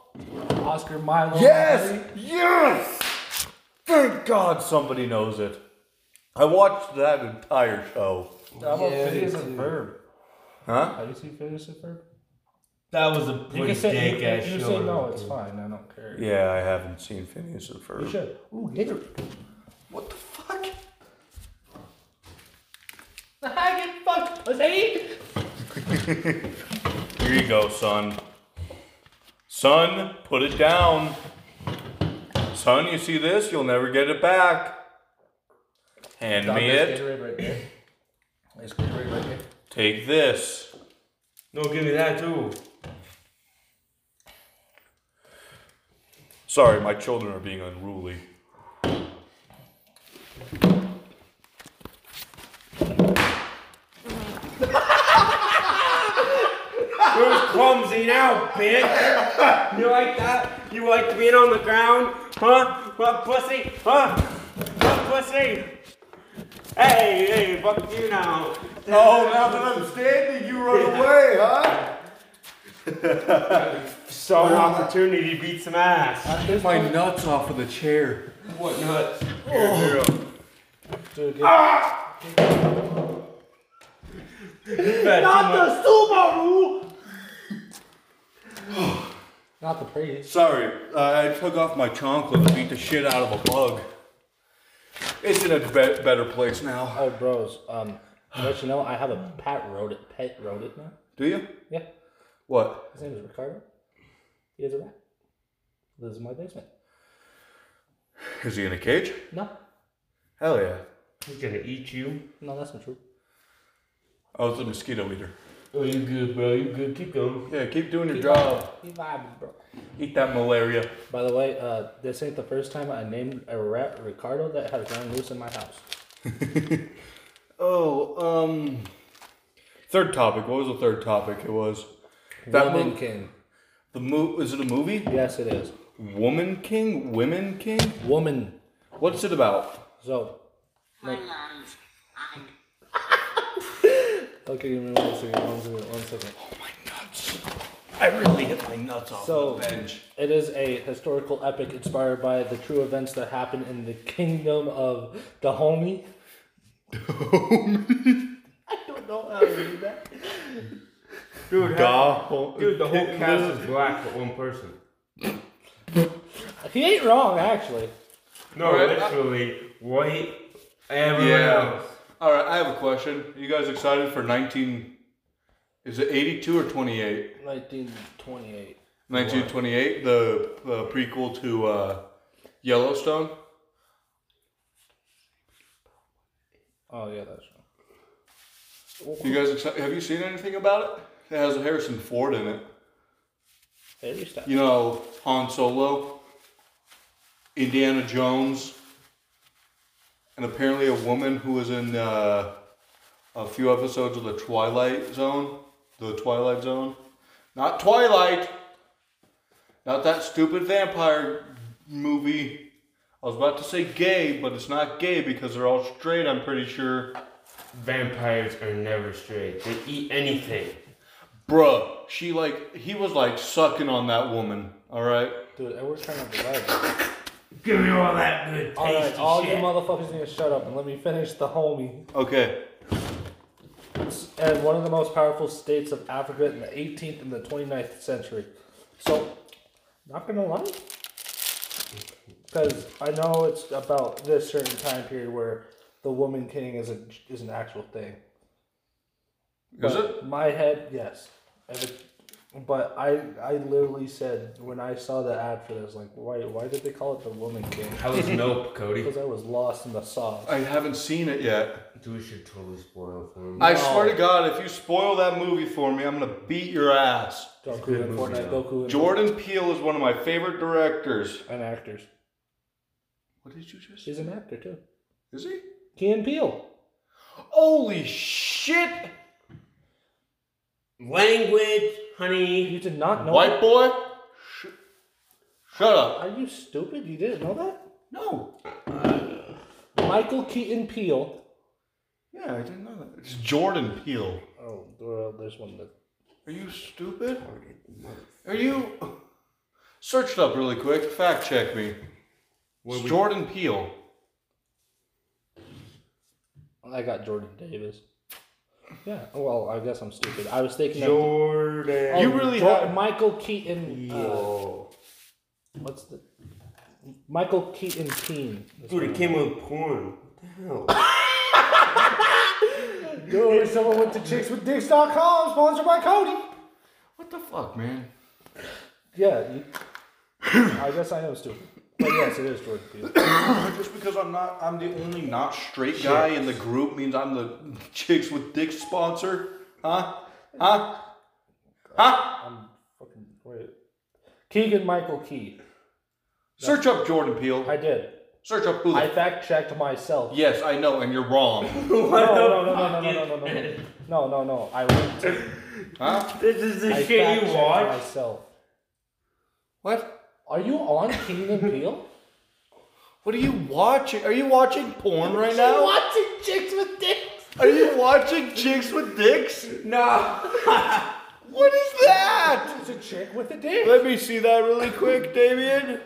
Speaker 2: Oscar Milo.
Speaker 1: Yes! Yes! Thank God somebody knows it. I watched that entire show.
Speaker 2: I'm a Phineas and Ferb.
Speaker 1: Huh?
Speaker 2: Have you seen Phineas and Ferb?
Speaker 3: That was a
Speaker 2: You
Speaker 3: pretty
Speaker 2: can say, you,
Speaker 3: dank ass
Speaker 2: can-
Speaker 3: show.
Speaker 2: you say no, it's fine. I don't care.
Speaker 1: Yeah, I haven't seen Phineas and Ferb.
Speaker 2: You should. Ooh, Gatorade.
Speaker 1: What the fuck?
Speaker 2: I get fucked. Let's eat.
Speaker 1: Here you go, son. Son, put it down. Son, you see this? You'll never get it back. Hand me it.
Speaker 2: Gatorade right there. There's Gatorade right there.
Speaker 1: Take this.
Speaker 3: No, give me that too.
Speaker 1: Sorry, my children are being unruly.
Speaker 3: Who's clumsy now, bitch? you like that? You like being on the ground? Huh? What pussy? Huh? What pussy? Hey, hey, fuck you now.
Speaker 1: Oh, now that I'm standing, you run away, huh?
Speaker 3: So an opportunity to beat some ass.
Speaker 1: Get my nuts off of the chair.
Speaker 3: What nuts?
Speaker 2: Dude, get-
Speaker 3: Not the Subaru!
Speaker 2: Not the praise.
Speaker 1: Sorry, I took off my chocolate and beat the shit out of a bug. It's in a be- better place now.
Speaker 2: Oh, bros. Um, to let you know, I have a pet rodent. Pet rodent now.
Speaker 1: Do you?
Speaker 2: Yeah.
Speaker 1: What?
Speaker 2: His name is Ricardo. He is a rat. Lives in my basement.
Speaker 1: Is he in a cage?
Speaker 2: No,
Speaker 1: Hell yeah.
Speaker 3: He's gonna eat you.
Speaker 2: no, that's not true.
Speaker 1: Oh, it's a mosquito eater.
Speaker 3: Oh, you good, bro. You good. Keep going.
Speaker 1: Yeah, keep doing your job.
Speaker 2: He vibes, bro.
Speaker 1: Eat that malaria.
Speaker 2: By the way, uh, this ain't the first time I named a rat Ricardo that has run loose in my house.
Speaker 1: Oh, um. Third topic. What was the third topic? It was that
Speaker 2: Woman
Speaker 1: mo-
Speaker 2: King.
Speaker 1: the mo- Is it a movie?
Speaker 2: Yes, it is.
Speaker 1: Woman King. Women King.
Speaker 2: Woman.
Speaker 1: What's it about?
Speaker 2: So,
Speaker 4: My lungs. I'm
Speaker 2: okay, give me one second. One second. One second.
Speaker 1: I really hit my nuts off
Speaker 2: So-
Speaker 1: the bench.
Speaker 2: It is a historical epic inspired by the true events that happened in the kingdom of Dahomey. Dahomey? I don't know how to read that.
Speaker 3: Dude,
Speaker 1: Duh.
Speaker 3: dude, the whole cast is black but one person.
Speaker 2: He ain't wrong, actually.
Speaker 3: No,
Speaker 1: Alright, I-
Speaker 3: literally, white, everyone
Speaker 1: Yeah.
Speaker 3: else.
Speaker 1: All right, I have a question. Are you guys excited for 19? Is it 82 or 28?
Speaker 2: 1928.
Speaker 1: 1928, the, the prequel to uh, Yellowstone.
Speaker 2: Oh, yeah, that's wrong.
Speaker 1: You guys, exci- have you seen anything about it? It has Harrison Ford in it.
Speaker 2: There you stop.
Speaker 1: You know, Han Solo, Indiana Jones, and apparently a woman who was in uh, a few episodes of the Twilight Zone, the Twilight Zone, not Twilight, not that stupid vampire movie. I was about to say gay, but it's not gay because they're all straight. I'm pretty sure,
Speaker 3: Vampires are never straight. They eat anything.
Speaker 1: bruh. She like he was like sucking on that woman. All right.
Speaker 2: Dude, Edward's trying to divide.
Speaker 3: Give me all that good
Speaker 2: All right,
Speaker 3: tasty
Speaker 2: all you
Speaker 3: shit.
Speaker 2: motherfuckers need to shut up and let me finish the homie.
Speaker 1: Okay.
Speaker 2: and one of the most powerful states of Africa in the 18th and the 29th century. So, not gonna lie, because I know it's about this certain time period where the woman king is a is an actual thing.
Speaker 1: Is
Speaker 2: But
Speaker 1: it?
Speaker 2: My head, yes. If it- But I I literally said when I saw the ad for this, like, why why did they call it the woman king?
Speaker 3: How was Nope, Cody?
Speaker 2: Because I was lost in the sauce.
Speaker 1: I haven't seen it yet.
Speaker 3: Dude, we should totally spoil for him.
Speaker 1: I swear to God, if you spoil that movie for me, I'm gonna beat your ass.
Speaker 2: Goku and
Speaker 3: movie,
Speaker 2: Fortnite,
Speaker 3: though.
Speaker 2: Goku and
Speaker 1: Jordan Peele is one of my favorite directors.
Speaker 2: and actors.
Speaker 1: What did you just?
Speaker 2: He's an actor too.
Speaker 1: Is he?
Speaker 2: Key and Peele.
Speaker 1: Holy shit!
Speaker 3: Language, honey.
Speaker 2: You did not know.
Speaker 1: White boy. Sh- shut up.
Speaker 2: Are you stupid? You didn't know that?
Speaker 1: No.
Speaker 2: Michael Keaton Peele.
Speaker 1: Yeah, I didn't know that. It's Jordan Peele.
Speaker 2: Oh, well, there's one that.
Speaker 1: Are you stupid? Are you? Search it up really quick. Fact check me. It's Jordan Peele.
Speaker 2: I got Jordan Davis. Yeah. oh, Well, I guess I'm stupid. I was thinking. of-
Speaker 3: Jordan.
Speaker 1: You really
Speaker 2: Jor-
Speaker 1: have-
Speaker 2: Michael Keaton. Uh,
Speaker 3: Yo.
Speaker 2: what's the? Michael Keaton Peen.
Speaker 3: Dude, it came with porn. What the hell?
Speaker 2: Dude, someone went to chickswithdicks.com, sponsored by Cody.
Speaker 1: What the fuck, man?
Speaker 2: Yeah. You, I guess I am stupid. But yes, it is Jordan Peele.
Speaker 1: Just because I'm not, I'm the only not straight guy in the group means I'm the chicks with dick sponsor, huh? Huh? Huh?
Speaker 2: I'm fucking wait. Keegan Michael Key.
Speaker 1: Search up Jordan Peele.
Speaker 2: I did.
Speaker 1: Search up who the.
Speaker 2: I fact checked myself.
Speaker 1: yes, I know, and you're wrong,
Speaker 2: No, no, no, no, no, no, no, no, no, no, no, no. I went. To,
Speaker 1: huh?
Speaker 3: This is the
Speaker 2: I
Speaker 3: shit you
Speaker 2: fact-checked
Speaker 3: watch.
Speaker 2: myself.
Speaker 1: What?
Speaker 2: Are you on Keenan and Peele?
Speaker 1: What are you watching? Are you watching porn right now?
Speaker 2: watching chicks with dicks.
Speaker 1: Are you watching chicks with dicks?
Speaker 3: No.
Speaker 1: What is that?
Speaker 2: It's a chick with a dick.
Speaker 1: Let me see that really quick, Damien.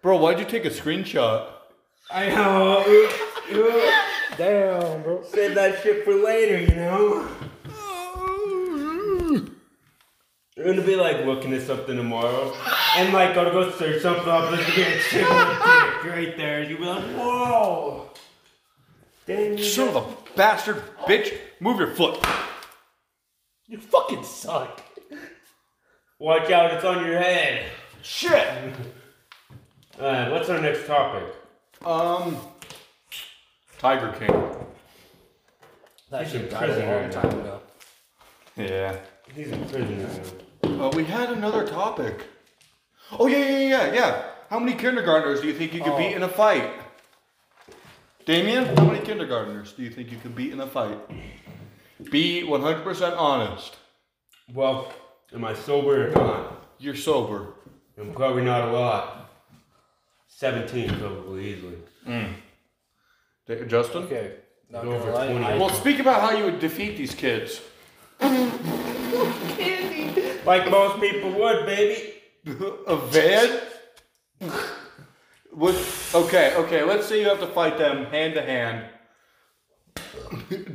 Speaker 1: Bro, why'd you take a screenshot?
Speaker 3: I know. Oops. Oops.
Speaker 2: Damn, bro.
Speaker 3: Save that shit for later, you know? You're gonna be like looking at something tomorrow and like gonna go search something up and you get a chick with a dick right there. You'll be like, whoa! Then you
Speaker 1: Son of a bastard, bitch! Move your foot.
Speaker 2: You fucking suck.
Speaker 3: watch out, it's on your head.
Speaker 1: Shit.
Speaker 3: Alright, what's our next topic?
Speaker 1: Um. Tiger King.
Speaker 2: That
Speaker 3: He's in
Speaker 2: shit died
Speaker 3: prison
Speaker 2: a long
Speaker 3: right
Speaker 2: time
Speaker 3: now.
Speaker 2: ago.
Speaker 1: Yeah.
Speaker 3: He's in prison now.
Speaker 1: Uh, we had another topic. Oh yeah, yeah, yeah, yeah. How many kindergartners do you think you could beat in a fight? Damien, how many kindergartners do you think you could beat in a fight? Be 100% honest.
Speaker 3: Well, am I sober or not?
Speaker 1: You're sober.
Speaker 3: I'm probably not a lot. 17 probably easily.
Speaker 1: Da- Justin?
Speaker 2: Okay. Not
Speaker 3: Go
Speaker 2: gonna
Speaker 3: for
Speaker 2: lie,
Speaker 3: 20.
Speaker 2: I-
Speaker 1: Well, speak about how you would defeat these kids.
Speaker 3: Like most people would, baby.
Speaker 1: a van? With okay, okay. Let's say you have to fight them hand to hand,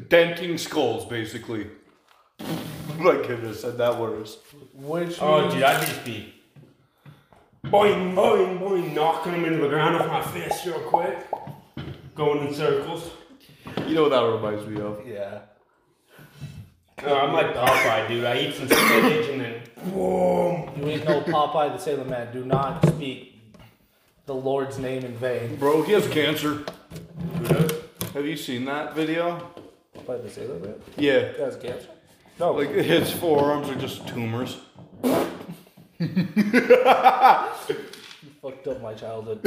Speaker 1: denting skulls, basically. My goodness, said that worse.
Speaker 2: Which
Speaker 3: Oh,
Speaker 2: means-
Speaker 3: dude, I'd just be boing, boing, boing, knocking him into the ground with my fist real quick, going in circles.
Speaker 1: You know what that reminds me of?
Speaker 2: yeah.
Speaker 3: No, I'm like Popeye, dude. I eat some spinach and then boom.
Speaker 2: You ain't no Popeye the Sailor Man. Do not speak the Lord's name in vain.
Speaker 1: Bro, he has cancer.
Speaker 3: Dude,
Speaker 1: Have you seen that video?
Speaker 2: Popeye the Sailor Man.
Speaker 1: Yeah.
Speaker 2: He has cancer. No.
Speaker 1: Like his forearms are just tumors.
Speaker 2: fucked up my childhood.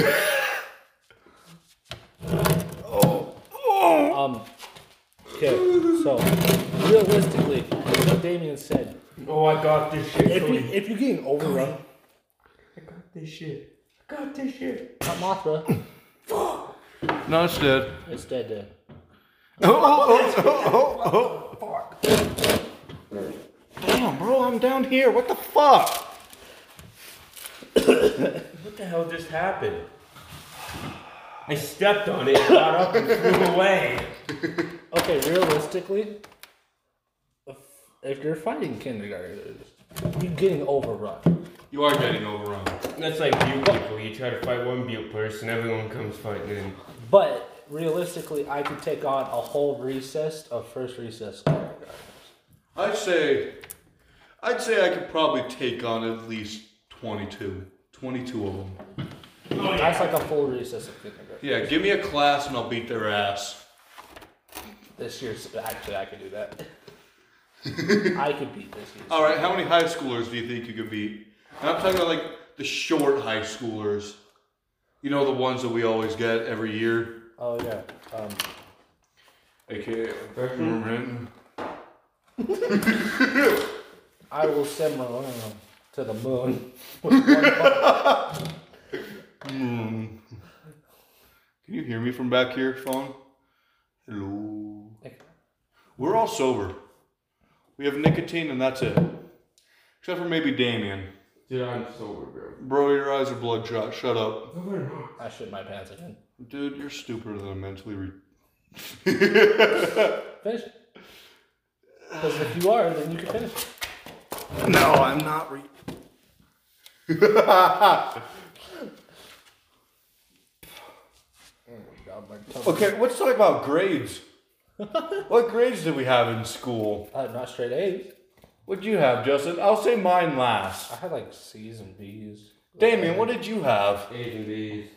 Speaker 2: Oh. Um. Okay. So realistically, what Damien said,
Speaker 3: Oh, I got this shit.
Speaker 2: if you if you're getting overrun,
Speaker 3: I got this shit. I got this shit.
Speaker 2: not Mothra,
Speaker 1: No, it's dead.
Speaker 2: it's dead. Dead.
Speaker 1: Damn, bro, I'm down here. What the fuck?
Speaker 3: What the hell just happened? I stepped on it, got up, and flew away.
Speaker 2: Okay, realistically, if, if you're fighting kindergartners, you're getting overrun.
Speaker 1: You are getting overrun.
Speaker 3: That's like you people. You try to fight one Butte person, everyone comes fighting in.
Speaker 2: But realistically, I could take on a whole recess of first recess kindergartners.
Speaker 1: I'd say, I'd say I could probably take on at least 22, 22 of them.
Speaker 2: That's like a full recess of kindergarten.
Speaker 1: Yeah, give me a class and I'll beat their ass.
Speaker 2: This year's actually, I could do that. I could beat this year.
Speaker 1: All right, how many high schoolers do you think you could beat? And I'm talking about like the short high schoolers. You know the ones that we always get every year,
Speaker 2: Oh yeah. Um,
Speaker 1: aka freshman Renton.
Speaker 2: Hmm. I will send my own to the moon. with one bump.
Speaker 1: Can you hear me from back here, phone? Hello. We're all sober. We have nicotine and that's it. Except for maybe Damien.
Speaker 3: Dude, I'm sober, bro.
Speaker 1: Bro, your eyes are bloodshot. Shut up.
Speaker 2: I shit my pants again.
Speaker 1: Dude, you're stupider than a mentally re-
Speaker 2: Finish. Because if you are, then you can finish.
Speaker 1: No, I'm not re-
Speaker 2: Oh God, my tongue.
Speaker 1: Okay, let's talk about grades. what grades did we have in school?
Speaker 2: I had Uh, not straight A's.
Speaker 1: What'd you have, Justin? I'll say mine last.
Speaker 2: I had like C's and B's.
Speaker 1: Damien, what did you have?
Speaker 3: A's and B's.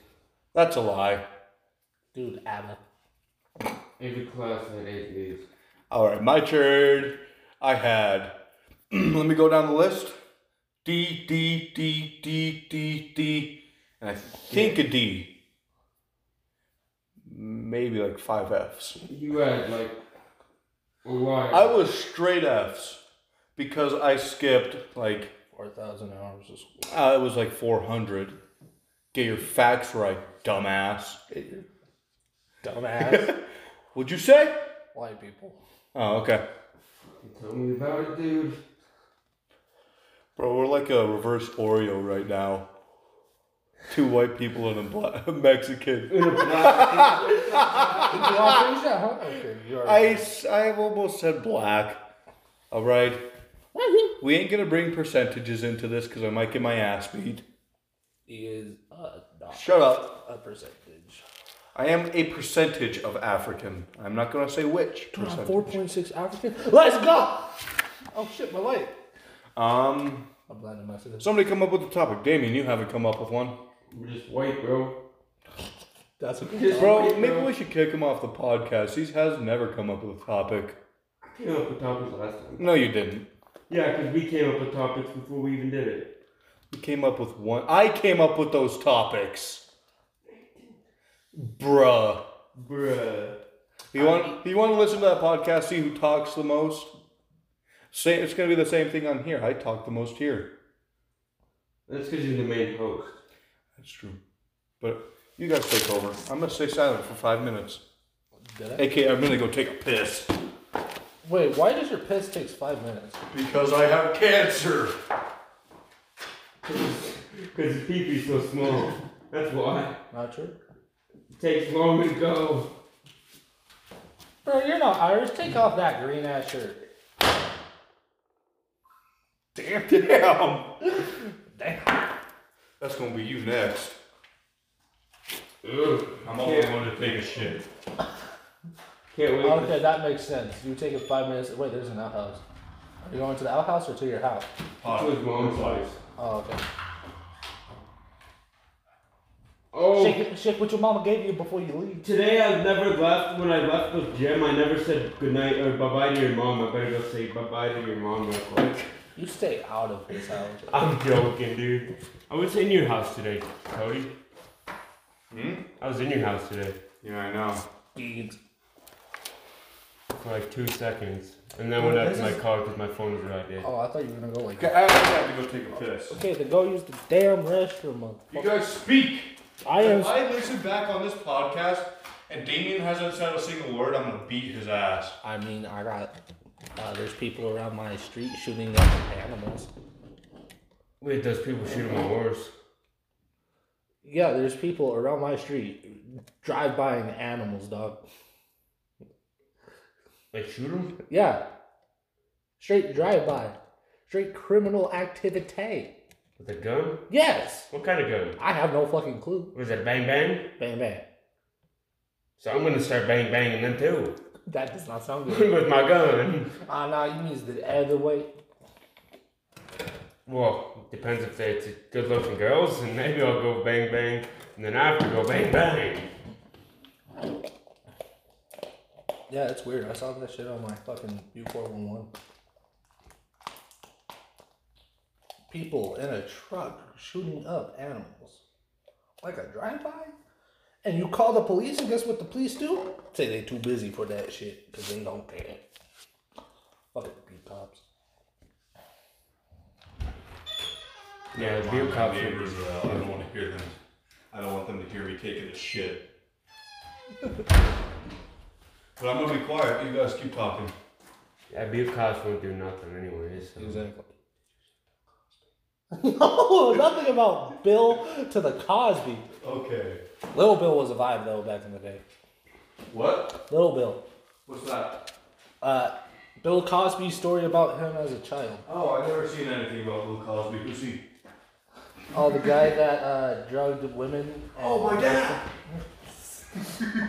Speaker 1: That's a lie.
Speaker 2: Dude, ABBA.
Speaker 3: Every class had A's and B's.
Speaker 1: All right, my turn. I had. let me go down the list. D D D D D D, and I think a D. Maybe like five Fs.
Speaker 3: You had like a lot.
Speaker 1: I was straight Fs because I skipped like
Speaker 2: 4,000 hours of school.
Speaker 1: uh, it was like four hundred. Get your facts right, dumbass.
Speaker 2: Dumbass.
Speaker 1: What'd you say?
Speaker 2: White people.
Speaker 1: Oh, okay.
Speaker 3: Tell me about it, dude.
Speaker 1: Bro, we're like a reverse Oreo right now. Two white people and a black Mexican.
Speaker 2: You wanna finish that, huh? Okay, you are.
Speaker 1: I, s- I almost said black. All right. We ain't gonna bring percentages into this because I might get my ass beat.
Speaker 2: He is uh, not
Speaker 1: Shut up.
Speaker 2: a percentage.
Speaker 1: I am a percentage of African. I'm not gonna say which. percentage.
Speaker 2: 4.6 African. Let's go! Oh shit, my light.
Speaker 1: Um,
Speaker 2: I'm blinding myself.
Speaker 1: somebody come up with a topic. Damien, you haven't come up with one.
Speaker 3: We're just white, bro.
Speaker 2: That's okay.
Speaker 1: Bro, maybe we should kick him off the podcast. He has never come up with a topic.
Speaker 3: I came up with topics last time.
Speaker 1: No, you didn't.
Speaker 3: Yeah, because we came up with topics before we even did it.
Speaker 1: You came up with one. I came up with those topics. Bruh.
Speaker 3: Bruh.
Speaker 1: You want you want to listen to that podcast? See who talks the most. Say it's gonna be the same thing on here. I talk the most here.
Speaker 3: That's because you're the main host.
Speaker 1: That's true. But you guys take over. I'm gonna stay silent for five minutes.
Speaker 2: Did I?
Speaker 1: AK, I'm gonna go take a piss
Speaker 2: Wait, why does your piss takes five minutes?
Speaker 1: because I have cancer.
Speaker 3: Because his peepee's so small. That's why.
Speaker 2: Not true.
Speaker 3: It takes long to go.
Speaker 2: Bro, you're not Irish. Take off that green ass shirt.
Speaker 1: Damn, damn, damn. That's gonna be you next.
Speaker 3: Ugh.
Speaker 1: I'm always going to take a shit.
Speaker 3: Can't wait.
Speaker 2: Okay, that makes sense. You take it five minutes. Wait, there's an outhouse. Are you going to the outhouse or to your house?
Speaker 3: to his mom's house.
Speaker 2: Oh, okay.
Speaker 3: Oh.
Speaker 2: Shake, it- shake what your mama gave you before you leave.
Speaker 3: Today I've never left. When I left the gym, I never said goodnight or bye bye to your mom. I better go say bye bye to your mom real quick.
Speaker 2: You stay out of his house.
Speaker 3: I'm joking, dude. I was in your house today, Cody. Hmm? I was in your house today. Yeah, I know.
Speaker 2: Deeds.
Speaker 3: For like two seconds. And then went out to my car because my phone was right there.
Speaker 2: Oh, I thought you were gonna go like.
Speaker 1: Okay, I have to go take a piss.
Speaker 2: Okay, then go use the damn restroom,
Speaker 1: You
Speaker 2: motherfucker.
Speaker 1: guys speak.
Speaker 2: I
Speaker 1: If
Speaker 2: am.
Speaker 1: I listen back on this podcast and Damien hasn't said a single word, I'm gonna beat his ass.
Speaker 2: I mean, I got. Uh, there's people around my street shooting at animals.
Speaker 3: Wait, those people shoot him on horse.
Speaker 2: Yeah, there's people around my street drive buying animals, dog.
Speaker 3: Like shoot him?
Speaker 2: Yeah. Straight drive by. Straight criminal activity.
Speaker 3: With a gun?
Speaker 2: Yes.
Speaker 3: What kind of gun?
Speaker 2: I have no fucking clue.
Speaker 3: Was it bang bang?
Speaker 2: Bang bang.
Speaker 3: So I'm gonna start bang banging them too.
Speaker 2: That does not sound good.
Speaker 3: With my gun.
Speaker 2: Ah, nah, you means the other way.
Speaker 3: Well, depends if it's good looking girls, and maybe I'll go bang bang, and then after go bang bang.
Speaker 2: Yeah, it's weird. I saw that shit on my fucking U411. People in a truck shooting up animals. Like a drive by? And you call the police, and guess what the police do? Say they too busy for that shit, because they don't care. Fucking beat cops.
Speaker 3: Yeah, the
Speaker 1: My
Speaker 3: beer cops are
Speaker 1: neighbors are out. I don't want to hear them. I don't want them to hear me taking a shit. but I'm gonna be quiet. You guys keep talking.
Speaker 3: Yeah, beer cops won't do nothing anyways. so-
Speaker 2: Exactly. no, nothing about Bill to the Cosby.
Speaker 1: Okay.
Speaker 2: Little Bill was a vibe though back in the day.
Speaker 1: What?
Speaker 2: Little Bill.
Speaker 1: What's that?
Speaker 2: Uh, Bill Cosby's story about him as a child.
Speaker 1: Oh, I've never seen anything about Bill Cosby. Who's he?
Speaker 2: Oh, the guy that uh, drugged women.
Speaker 1: Oh, my dad.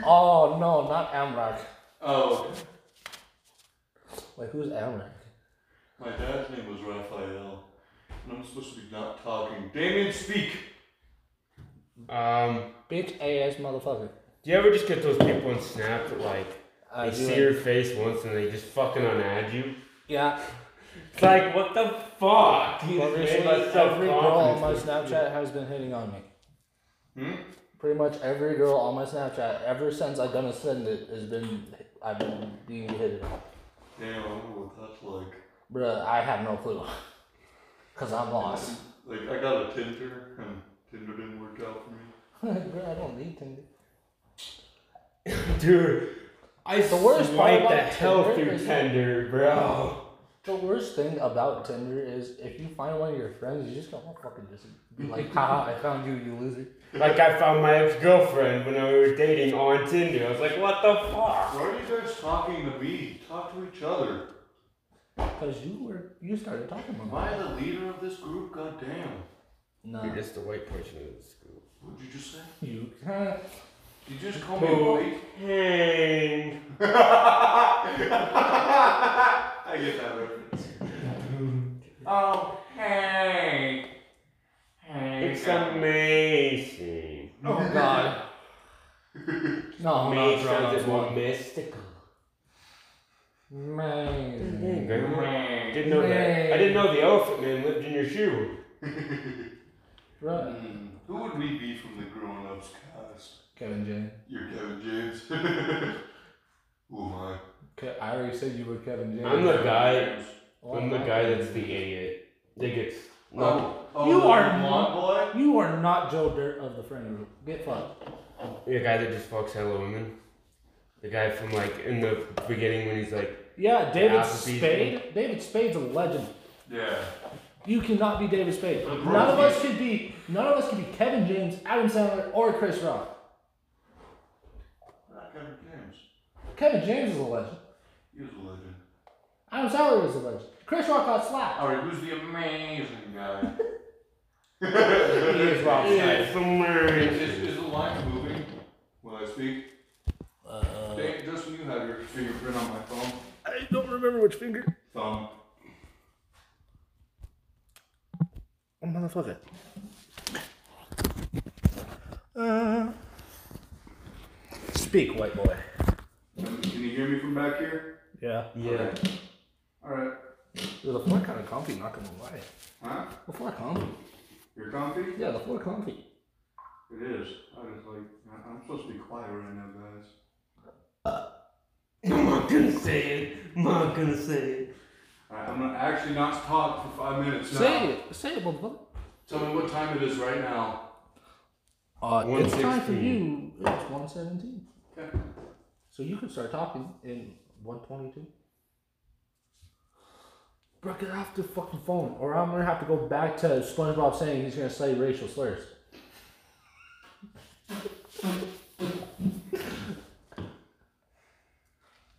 Speaker 2: Oh no, not Amrak.
Speaker 1: Oh,
Speaker 2: Wait, who's Amrak?
Speaker 1: my dad's name was Raphael, and I'm supposed to be not talking. Damien, speak.
Speaker 3: Um,
Speaker 2: Bitch ass motherfucker.
Speaker 3: do you ever just get those people on Snap that like
Speaker 2: I
Speaker 3: they
Speaker 2: do
Speaker 3: see
Speaker 2: it.
Speaker 3: your face once and they just fucking unadd you?
Speaker 2: Yeah.
Speaker 3: It's like what the fuck? You
Speaker 2: But
Speaker 3: just made
Speaker 2: recently,
Speaker 3: my
Speaker 2: every girl on my
Speaker 3: self-confidence look-
Speaker 2: Snapchat has been hitting on me.
Speaker 1: Hmm?
Speaker 2: Pretty much every girl on my Snapchat, ever since I've done a send it, has been I've been being hit on.
Speaker 1: Damn, I wonder what that's like.
Speaker 2: Bruh, I have no clue. Cause I'm lost.
Speaker 1: Like, I got a Tinder, and Tinder didn't work out for me.
Speaker 2: Bruh, I don't need Tinder.
Speaker 3: Dude, I
Speaker 2: The worst part
Speaker 3: swiped the
Speaker 2: about
Speaker 3: hell
Speaker 2: Tinder
Speaker 3: through
Speaker 2: is-
Speaker 3: Tinder, bro.
Speaker 2: The worst thing about Tinder is if you find one of your friends, you just don't want to fucking just be like, haha, I found you, you loser.
Speaker 3: Like I found my ex girlfriend when I were dating on Tinder. I was like, what the fuck?
Speaker 1: Why are you guys talking to me? Talk to each other.
Speaker 2: Cause you were you started talking
Speaker 1: Am
Speaker 2: about
Speaker 1: I the leader of this group? Goddamn.
Speaker 2: No.
Speaker 3: You're just the white person in this group.
Speaker 1: What'd you just say?
Speaker 2: You can't.
Speaker 1: Did you just call me
Speaker 3: Who
Speaker 1: white?
Speaker 3: hang?
Speaker 1: I get that reference. oh, hey. Hey.
Speaker 3: It's amazing.
Speaker 2: Oh god. No, no,
Speaker 3: Amazing.
Speaker 2: no,
Speaker 3: It's
Speaker 2: no, no.
Speaker 3: mystical.
Speaker 2: Man.
Speaker 3: Hey, Grandma. Didn't know that. I didn't know the elephant man lived in your shoe.
Speaker 2: Bruh.
Speaker 1: Hmm, Who would we be from the grown ups cast?
Speaker 2: Kevin James.
Speaker 1: You're Kevin James. Who am I?
Speaker 2: Ke- I already said you were Kevin Oh James.
Speaker 3: I'm the guy.
Speaker 2: Well,
Speaker 3: I'm the guy that's the idiot. That gets no.
Speaker 2: You
Speaker 1: Oh, the
Speaker 2: are
Speaker 1: blonde boy?
Speaker 2: You are not Joe Dirt of the friend group. Get fucked.
Speaker 3: The guy that just fucks hello women. The guy from like in the beginning when he's like,
Speaker 2: Yeah, David
Speaker 3: Applebee's
Speaker 2: Spade. David Spade's a legend.
Speaker 1: Yeah.
Speaker 2: You cannot be David Spade.
Speaker 1: But
Speaker 2: None of
Speaker 1: Brody-
Speaker 2: us could be. None of us could be Kevin James, Adam Sandler, or Chris Rock.
Speaker 1: Not Kevin James.
Speaker 2: Kevin James is a legend.
Speaker 1: He was a legend.
Speaker 2: Adam Sandler is a legend. Chris Rock got slapped.
Speaker 1: Alright, who's the amazing guy?
Speaker 2: He is Rob
Speaker 3: yeah,
Speaker 2: Schneider.
Speaker 3: somewhere.
Speaker 1: Is, is the line moving when I speak? Uh, Justin, you have your fingerprint on my phone.
Speaker 2: I don't remember which finger.
Speaker 1: Thumb.
Speaker 2: Oh, motherfucker. Uh, speak, white boy.
Speaker 1: Can, can you hear me from back here?
Speaker 2: Yeah.
Speaker 3: Yeah.
Speaker 1: Alright.
Speaker 2: Yo, the floor kind of comfy. Not gonna lie.
Speaker 1: Huh?
Speaker 2: The floor comfy.
Speaker 1: You're comfy?
Speaker 2: Yeah, the floor comfy.
Speaker 5: It is. I was like, I- I'm supposed to be quiet right now, guys.
Speaker 3: I'm not gonna say it. I'm not gonna say it.
Speaker 5: I, I'm not, actually not talked for five minutes now.
Speaker 2: Say it. Say it, motherfucker.
Speaker 5: Tell me what time it is right now.
Speaker 2: Uh, it's time for
Speaker 3: 1:16.
Speaker 2: you. It's one seventeen.
Speaker 5: Okay.
Speaker 2: So you can start talking in one twenty two. Bro, get off the fucking phone, or I'm gonna have to go back to SpongeBob saying he's gonna say racial slurs.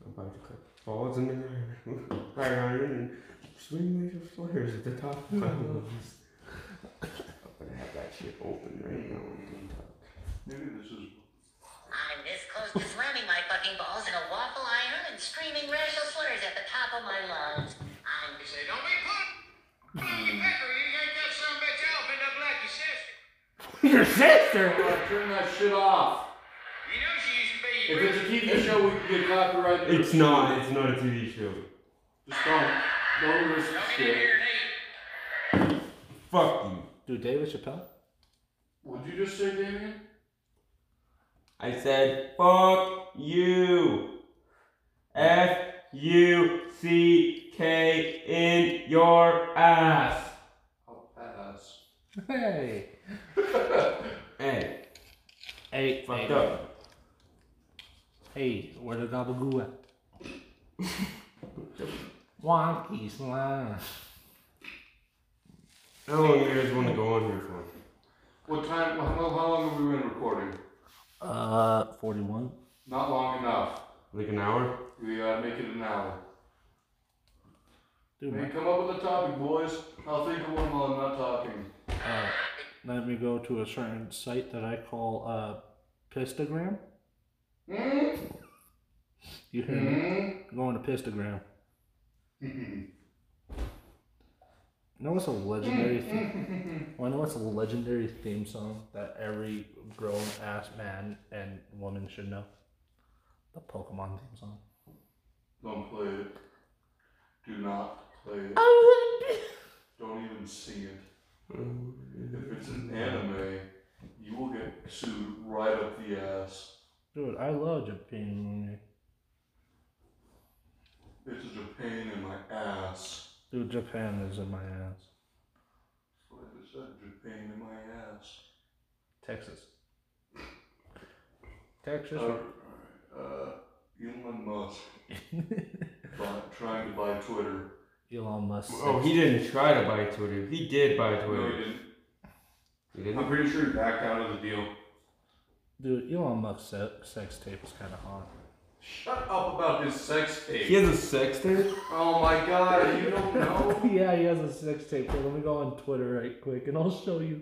Speaker 3: I'm about to cut balls in the fire iron and swing laser flares at the top of my lungs. I'm gonna have that shit open right now on TikTok.
Speaker 5: Maybe this is.
Speaker 4: I'm this close to slamming my fucking balls in a waffle iron and screaming racial slurs at the top of my lungs. I'm
Speaker 6: Say, don't be put. Put on your pepper. You yank that son of a bitch uh, off, end up like your sister.
Speaker 3: Your sister!
Speaker 5: Alright, turn that shit off.
Speaker 6: You know she used to be
Speaker 5: If
Speaker 6: your
Speaker 5: it's a TV show, we can get copyright.
Speaker 3: It's not. It's not a TV show.
Speaker 5: Just don't. Don't risk
Speaker 6: Don't get in
Speaker 5: shit.
Speaker 6: here and eat.
Speaker 3: Fuck you.
Speaker 2: Dude, David Chappelle.
Speaker 5: Would you just say, Damien?
Speaker 3: I said, fuck you. F U C K in your ass.
Speaker 5: I'll pass.
Speaker 2: Hey.
Speaker 3: Hey,
Speaker 2: Hey.
Speaker 3: fucked
Speaker 2: hey.
Speaker 3: up.
Speaker 2: Hey, where the gabagoo at? Wonky slime.
Speaker 3: How long do you guys want to go on here for?
Speaker 5: What time? How, how long have we been recording?
Speaker 2: Uh, 41.
Speaker 5: Not long enough.
Speaker 3: Like an hour?
Speaker 5: We gotta make it an hour.
Speaker 2: Dude,
Speaker 5: Hey, come up with a topic, boys. I'll think of one while I'm not talking.
Speaker 2: let me go to a certain site that I call uh, Pistagram.
Speaker 5: Mm-hmm.
Speaker 2: You hear me? Going to Pistagram. You know what's a legendary theme? Well, I know it's a legendary theme song that every grown ass man and woman should know. The Pokemon theme song.
Speaker 5: Don't play it. Do not play it. Don't even sing it.
Speaker 3: Mm-hmm.
Speaker 5: If it's an anime, you will get sued right up the ass.
Speaker 2: Dude, I love Japan.
Speaker 5: It's just a pain in my ass.
Speaker 2: Dude, Japan is in my ass.
Speaker 5: What is that? Just a pain in my ass.
Speaker 2: Texas. Texas.
Speaker 5: Alright, Uh, Elon Musk buy, trying to buy Twitter.
Speaker 2: Elon Musk.
Speaker 3: Oh, he didn't try to buy Twitter. He did buy
Speaker 5: No, he
Speaker 3: Twitter.
Speaker 5: didn't.
Speaker 3: He
Speaker 5: I'm
Speaker 3: didn't?
Speaker 5: pretty sure he backed out of the deal.
Speaker 2: Dude, Elon Musk's se- sex tape was kind of hot.
Speaker 5: Shut up about his sex tape.
Speaker 3: He has a sex tape?
Speaker 5: Oh my god, you don't know?
Speaker 2: Oh, yeah, he has a sex tape. Here, let me go on Twitter right quick, and I'll show you.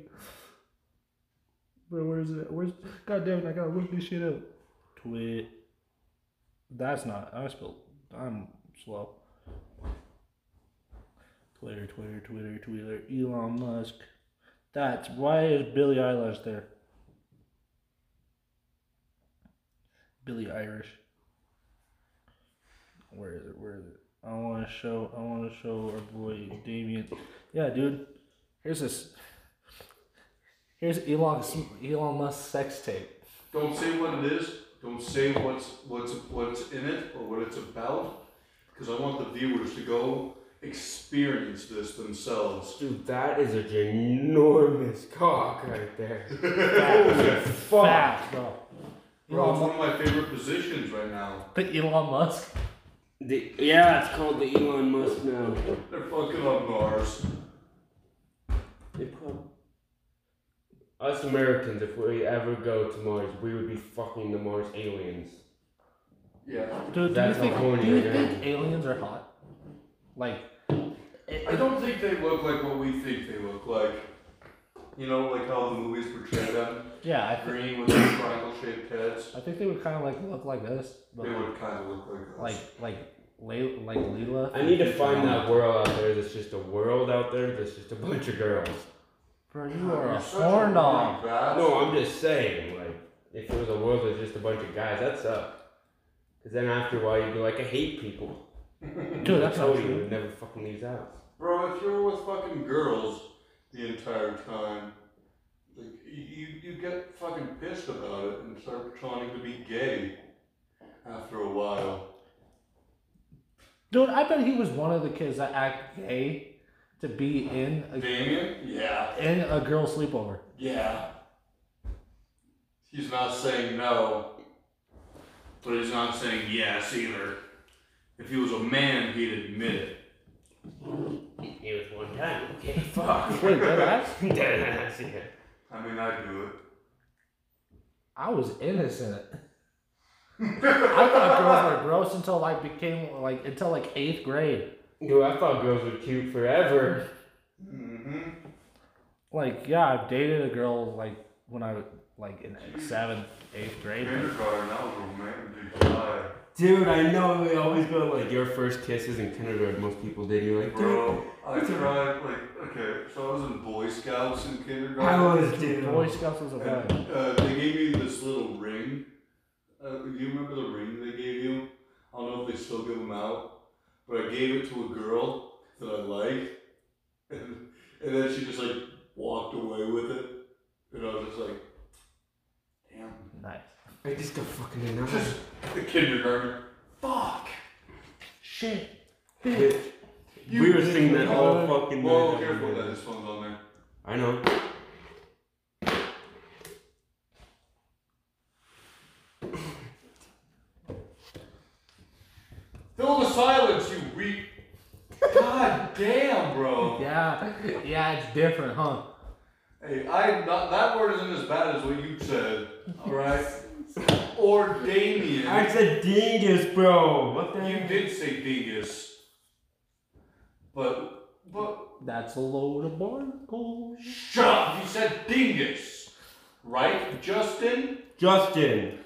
Speaker 2: Where, where is it? Where's? God damn it! I gotta look this shit up. Twit. That's not. I spelled. I'm slow. Twitter, Twitter, Twitter, Twitter. Elon Musk. That's why is Billie Eilish there? Billie Irish. Where is it? Where is it? I want to show. I want to show our boy Damien. Yeah, dude. Here's this. Here's Elon Elon Musk sex tape.
Speaker 5: Don't say what it is. Don't say what's what's what's in it or what it's about, because I want the viewers to go experience this themselves.
Speaker 3: Dude, that is a ginormous cock right there.
Speaker 2: Fast, bro.
Speaker 5: Bro, it's one of my favorite positions right now.
Speaker 2: But Elon Musk.
Speaker 3: The, yeah, it's called the Elon Musk now.
Speaker 5: They're fucking on Mars.
Speaker 3: They prob- Us Americans, if we ever go to Mars, we would be fucking the Mars aliens.
Speaker 5: Yeah.
Speaker 2: Dude, do you
Speaker 3: That's
Speaker 2: think,
Speaker 3: how corny
Speaker 2: do you
Speaker 3: it
Speaker 2: think aliens are hot? Like,
Speaker 5: I don't think they look like what we think they look like. You know, like how the movies portray them.
Speaker 2: yeah, I think
Speaker 5: Green with their triangle shaped heads.
Speaker 2: I think they would kind of like look like us, but
Speaker 5: They would kind of look like us.
Speaker 2: like like Le- like Leela.
Speaker 3: I need to find that world out there that's just a world out there that's just a bunch of girls.
Speaker 2: Bro, you are a
Speaker 5: You're such
Speaker 2: horn
Speaker 5: horny
Speaker 2: dog.
Speaker 5: bastard.
Speaker 3: No, I'm just saying, like, if it was a world that's just a bunch of guys, that sucks. Because then after a while, you'd be like, I hate people.
Speaker 2: Dude, that's not
Speaker 3: Cody
Speaker 2: true.
Speaker 3: would never fucking leaves out.
Speaker 5: Bro, if you were with fucking girls the entire time, Like, you, you get fucking pissed about it and start trying to be gay after a while.
Speaker 2: Dude, I bet he was one of the kids that act gay to be in a,
Speaker 5: Damien? Yeah.
Speaker 2: in a girl sleepover.
Speaker 5: Yeah. He's not saying no, but he's not saying yes either. If he was a man, he'd admit it.
Speaker 3: It was one time. Okay, fuck.
Speaker 2: Wait, dead ass?
Speaker 3: Deadass, yeah.
Speaker 5: I mean, I do it.
Speaker 2: I was innocent. I thought girls were gross until like became like until like eighth grade.
Speaker 3: Dude, I thought girls were cute forever.
Speaker 5: Mm-hmm.
Speaker 2: Like yeah, I've dated a girl like when I was like in seventh, eighth grade.
Speaker 5: Kindergarten, that was romantic. July.
Speaker 3: Dude, I know they always go like your first kisses in kindergarten. Most people did. You're like, dude,
Speaker 5: Bro, I tried, like, okay, so I was in Boy Scouts in kindergarten.
Speaker 3: I was dude.
Speaker 2: Boy Scouts was a vibe.
Speaker 5: And, uh, they gave me this little ring. Uh, do you remember the ring they gave you? I don't know if they still give them out, but I gave it to a girl that I liked, and, and then she just like walked away with it, and I was just like, damn.
Speaker 2: Nice.
Speaker 3: I just got fucking enough.
Speaker 5: Just the kindergarten. Fuck.
Speaker 2: Shit.
Speaker 3: we were singing that whole fucking
Speaker 5: Whoa,
Speaker 3: night.
Speaker 5: careful that this one's on there.
Speaker 3: I know.
Speaker 5: Fill the silence, you weak. God damn, bro.
Speaker 2: Yeah, yeah, it's different, huh?
Speaker 5: Hey, I not, that word isn't as bad as what you said, all right? or Damien.
Speaker 3: I said dingus, bro. What the?
Speaker 5: you
Speaker 3: heck?
Speaker 5: did say dingus, but but
Speaker 2: That's a load of barnacles.
Speaker 5: shut up. You said dingus, right, Justin?
Speaker 3: Justin.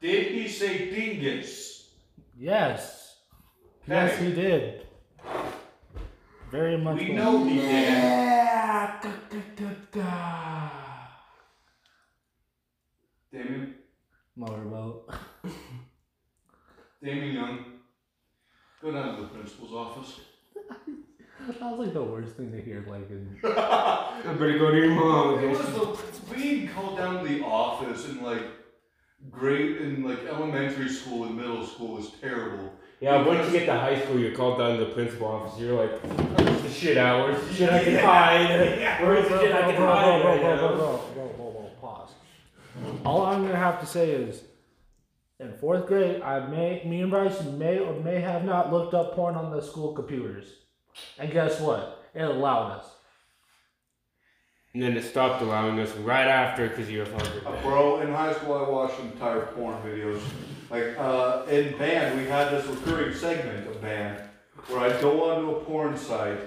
Speaker 5: Did he say dingus?
Speaker 2: Yes. Yes, he did. Very much.
Speaker 5: We
Speaker 2: was.
Speaker 5: know he did.
Speaker 3: Yeah. Da, da, da, da.
Speaker 5: Damien,
Speaker 2: Motorboat.
Speaker 5: Damien Young, go down to the principal's office.
Speaker 2: That was like the worst thing to hear. Like, in,
Speaker 3: I better go to your mom.
Speaker 5: It was the, being called down to the office in like grade in like elementary school and middle school was terrible.
Speaker 3: Yeah, once you get to high school, you're called down to the principal office. You're like, where's the shit out? Where's the shit I can hide? Where's the shit I can hide?
Speaker 2: Whoa,
Speaker 3: you
Speaker 2: whoa, whoa,
Speaker 3: know?
Speaker 2: whoa, whoa, whoa, whoa, pause. All I'm gonna have to say is, in fourth grade, I may, me and Bryson may or may have not looked up porn on the school computers, and guess what? It allowed us.
Speaker 3: And then it stopped allowing us right after because you were fucking.
Speaker 5: Uh, Bro, in high school, I watched entire porn videos. Like uh, in band, we had this recurring segment of band where I'd go onto a porn site.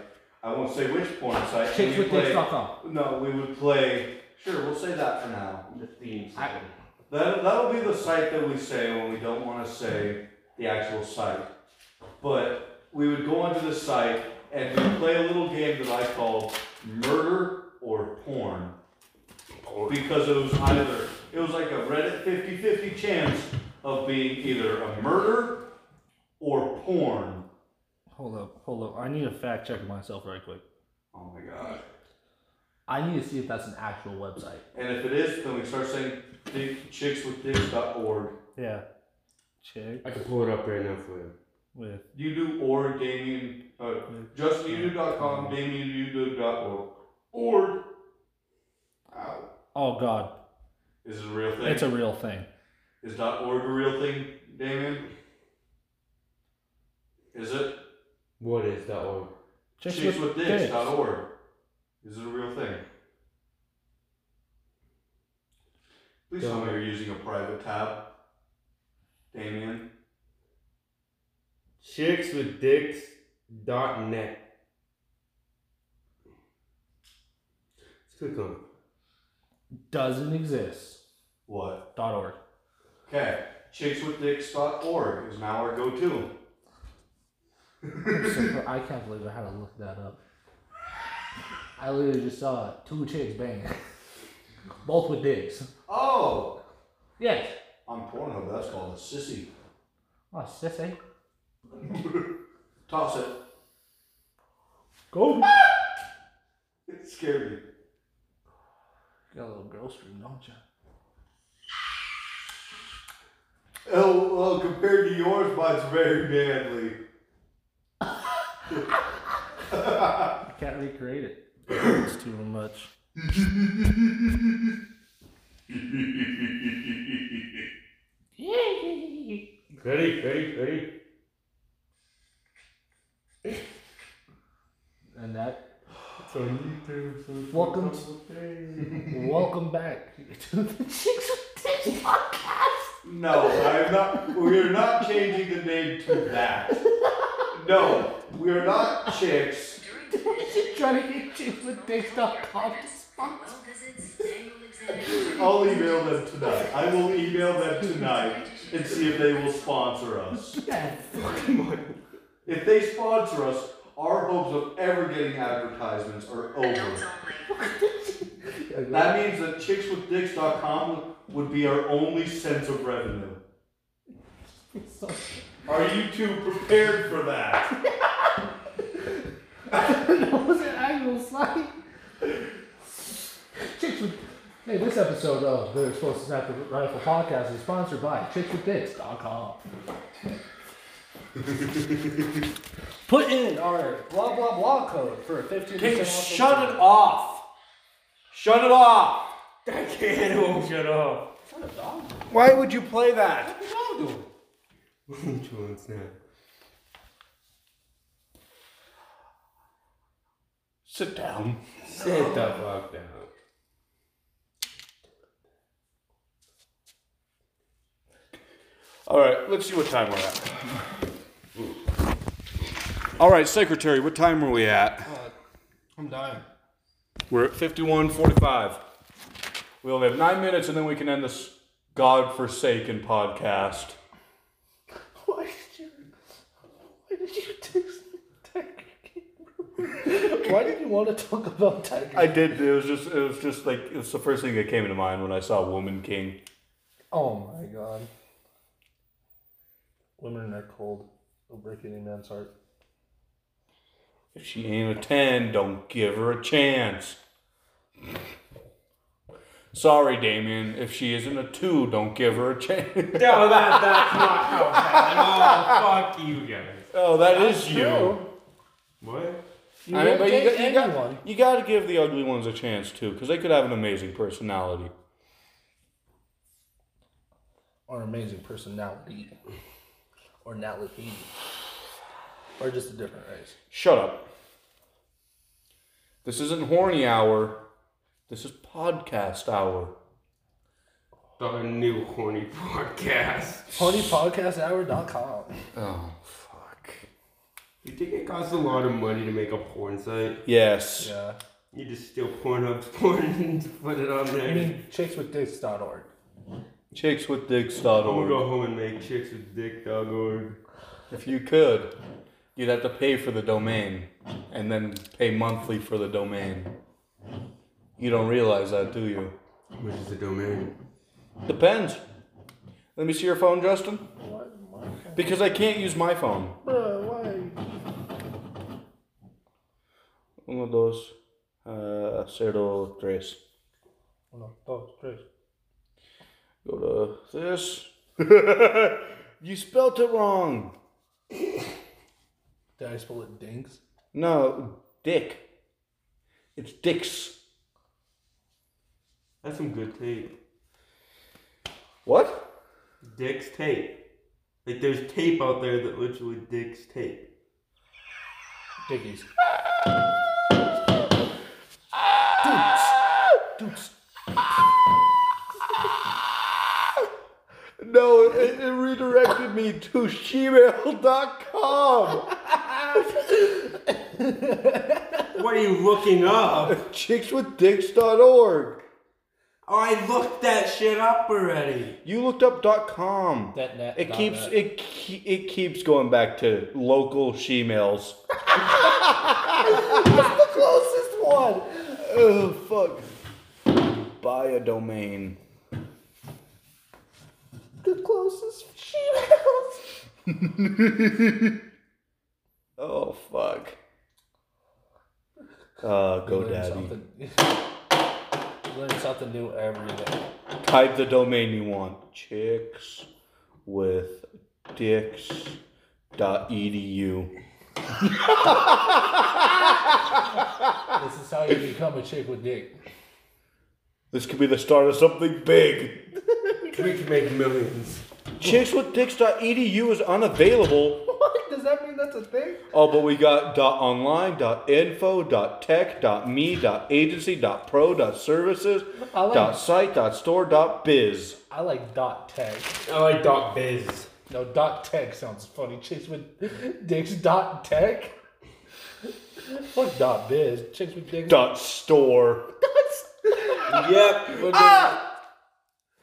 Speaker 5: I won't say which porn site. and
Speaker 2: Chicks with
Speaker 5: we'd
Speaker 2: dicks
Speaker 5: play-
Speaker 2: dot com.
Speaker 5: No, we would play. Sure, we'll say that for now.
Speaker 3: The theme
Speaker 2: I-
Speaker 5: That, that'll be the site that we say when we don't want to say the actual site. But we would go onto the site and we'd play a little game that I call Murder or Porn. Because it was either, it was like a Reddit 50 50 chance of being either a murder or porn.
Speaker 2: Hold up, hold up. I need to fact check myself right quick.
Speaker 5: Oh my god.
Speaker 2: I need to see if that's an actual website.
Speaker 5: And if it is, then we start saying dick, chickswithdicks.org.
Speaker 2: Yeah. Check
Speaker 3: I can pull it up right now for you.
Speaker 2: with.
Speaker 5: You do or Damien, uh, Justin, you do dot com, Damien, you do dot org. Org. Ow.
Speaker 2: Oh God,
Speaker 5: Is it a real thing?
Speaker 2: it's a real thing.
Speaker 5: Is dot org a real thing, Damien? Is it?
Speaker 3: What is that one?
Speaker 2: Chicks
Speaker 5: Chicks with dicks
Speaker 2: dicks.
Speaker 5: dot org. Is it a real thing? Please tell me
Speaker 3: Don't.
Speaker 5: you're using a private tab, Damien.
Speaker 3: Chicks with dicks dot net. Let's click on. it.
Speaker 2: Doesn't exist.
Speaker 5: What?
Speaker 2: Dot org.
Speaker 5: Okay. Chickswithdicks.org is now our go-to.
Speaker 2: I'm surpri- I can't believe I had to look that up. I literally just saw two chicks bang, both with dicks.
Speaker 5: Oh,
Speaker 2: Yes.
Speaker 5: On Pornhub, that's called a sissy.
Speaker 2: Oh sissy.
Speaker 5: Toss it.
Speaker 2: Go.
Speaker 5: It scared me.
Speaker 2: You got a little girl stream, don't you?
Speaker 5: Oh, well, compared to yours, mine's very manly.
Speaker 2: I can't recreate it. it's too much.
Speaker 3: Ready, ready, ready.
Speaker 2: And that.
Speaker 3: It's on YouTube.
Speaker 2: Welcome Welcome back to the Chicks with Tits podcast.
Speaker 5: No, I am not. We are not changing the name to that. No, we are not chicks.
Speaker 2: Trying to get chicks with tits.com to sponsor.
Speaker 5: I'll email them tonight. I will email them tonight and see if they will sponsor us.
Speaker 2: that.
Speaker 5: If they sponsor us, our hopes of ever getting advertisements are
Speaker 4: Adults
Speaker 5: over.
Speaker 4: only.
Speaker 5: That means that chickswithdicks.com would be our only sense of revenue. Are you two prepared for that?
Speaker 2: What was it? Angle slide. Chicks with. Hey, this episode of the Supposed to Snap the Rifle podcast is sponsored by chickswithdicks.com. Put in our blah blah blah code for a 15%
Speaker 1: Hey,
Speaker 2: off.
Speaker 1: shut it off. Shut it off.
Speaker 3: I can't won't shut off.
Speaker 1: Why would you play that?
Speaker 3: Which one's now?
Speaker 1: Sit down.
Speaker 3: Sit the fuck down.
Speaker 1: All right, let's see what time we're at. All right, secretary, what time are we at?
Speaker 2: I'm dying.
Speaker 1: We're at 51:45. We only have 9 minutes and then we can end this godforsaken podcast.
Speaker 2: Why did you? Why did you text me Tiger King? why did you want to talk about Tiger?
Speaker 1: I did it was just it was just like it's the first thing that came to mind when I saw Woman King.
Speaker 2: Oh my god. Women are cold. They'll break any man's heart.
Speaker 1: If she ain't a 10, don't give her a chance. Sorry, Damien. If she isn't a 2, don't give her a chance.
Speaker 3: No, that, that's not how bad. Oh, fuck you guys.
Speaker 1: oh, that is you.
Speaker 3: What?
Speaker 2: You
Speaker 1: I mean,
Speaker 2: won't
Speaker 1: but you
Speaker 2: date
Speaker 1: got, you,
Speaker 2: anyone.
Speaker 1: got, you got to give the ugly ones a chance too, because they could have an amazing personality.
Speaker 2: Or amazing personality. Or Nalahidi. Or just a different race.
Speaker 1: Shut up. This isn't horny hour. This is podcast hour.
Speaker 3: The new horny podcast.
Speaker 2: Ponypodcasthour.com.
Speaker 1: Oh fuck.
Speaker 3: You think it costs a lot of money to make a porn site?
Speaker 1: Yes.
Speaker 2: Yeah.
Speaker 3: You just steal Pornhub's porn and put it on there.
Speaker 2: I mean, chickswithdicks.org.
Speaker 3: I'm gonna
Speaker 1: Chickswithdicks.org.
Speaker 3: go home and make chicks with dick dog org.
Speaker 1: If you could, you'd have to pay for the domain, and then pay monthly for the domain. You don't realize that, do you?
Speaker 3: Which is the domain.
Speaker 1: Depends. Let me see your phone, Justin.
Speaker 2: What?
Speaker 1: Because I can't use my phone.
Speaker 2: Bruh, why?
Speaker 1: Uno, dos, uh, cero, tres.
Speaker 2: Uno, dos, tres.
Speaker 1: Go to this. you spelt it wrong.
Speaker 2: Did I spell it dinks?
Speaker 1: No, dick. It's dicks.
Speaker 3: That's some good tape.
Speaker 1: What?
Speaker 3: Dick's tape. Like there's tape out there that literally dicks tape.
Speaker 2: Dickies.
Speaker 1: No, it, it redirected me to gmail.com.
Speaker 3: What are you looking up?
Speaker 1: Chickswithdicks.org.
Speaker 3: Oh, I looked that shit up already.
Speaker 1: You looked up dot .com.
Speaker 2: That net,
Speaker 1: it
Speaker 2: dot
Speaker 1: keeps
Speaker 2: net.
Speaker 1: it ke- it keeps going back to local shemales.
Speaker 2: Closest one!
Speaker 1: Oh fuck. Buy a domain.
Speaker 2: The closest females!
Speaker 1: Oh fuck. Uh,
Speaker 2: Learn
Speaker 1: GoDaddy.
Speaker 2: something. Learn something new every day.
Speaker 1: Type the domain you want. Chicks with dicks dot E edu.
Speaker 2: This is how you become a chick with dick.
Speaker 1: This could be the start of something big.
Speaker 3: We can make millions.
Speaker 1: Chicks with dicks dot edu is unavailable.
Speaker 2: What? Does that mean that's a thing?
Speaker 1: Oh, but we got dot online, dot info, dot tech, dot me, dot agency, dot pro, dot services,
Speaker 2: I like-
Speaker 1: dot site, dot store, dot biz.
Speaker 2: I like dot tech.
Speaker 3: I like dot biz.
Speaker 2: No, dot tech sounds funny. Chicks with dicks dot tech. Fuck dot biz. Chicks with dicks.
Speaker 1: Dot store.
Speaker 3: Yep.
Speaker 2: Ah!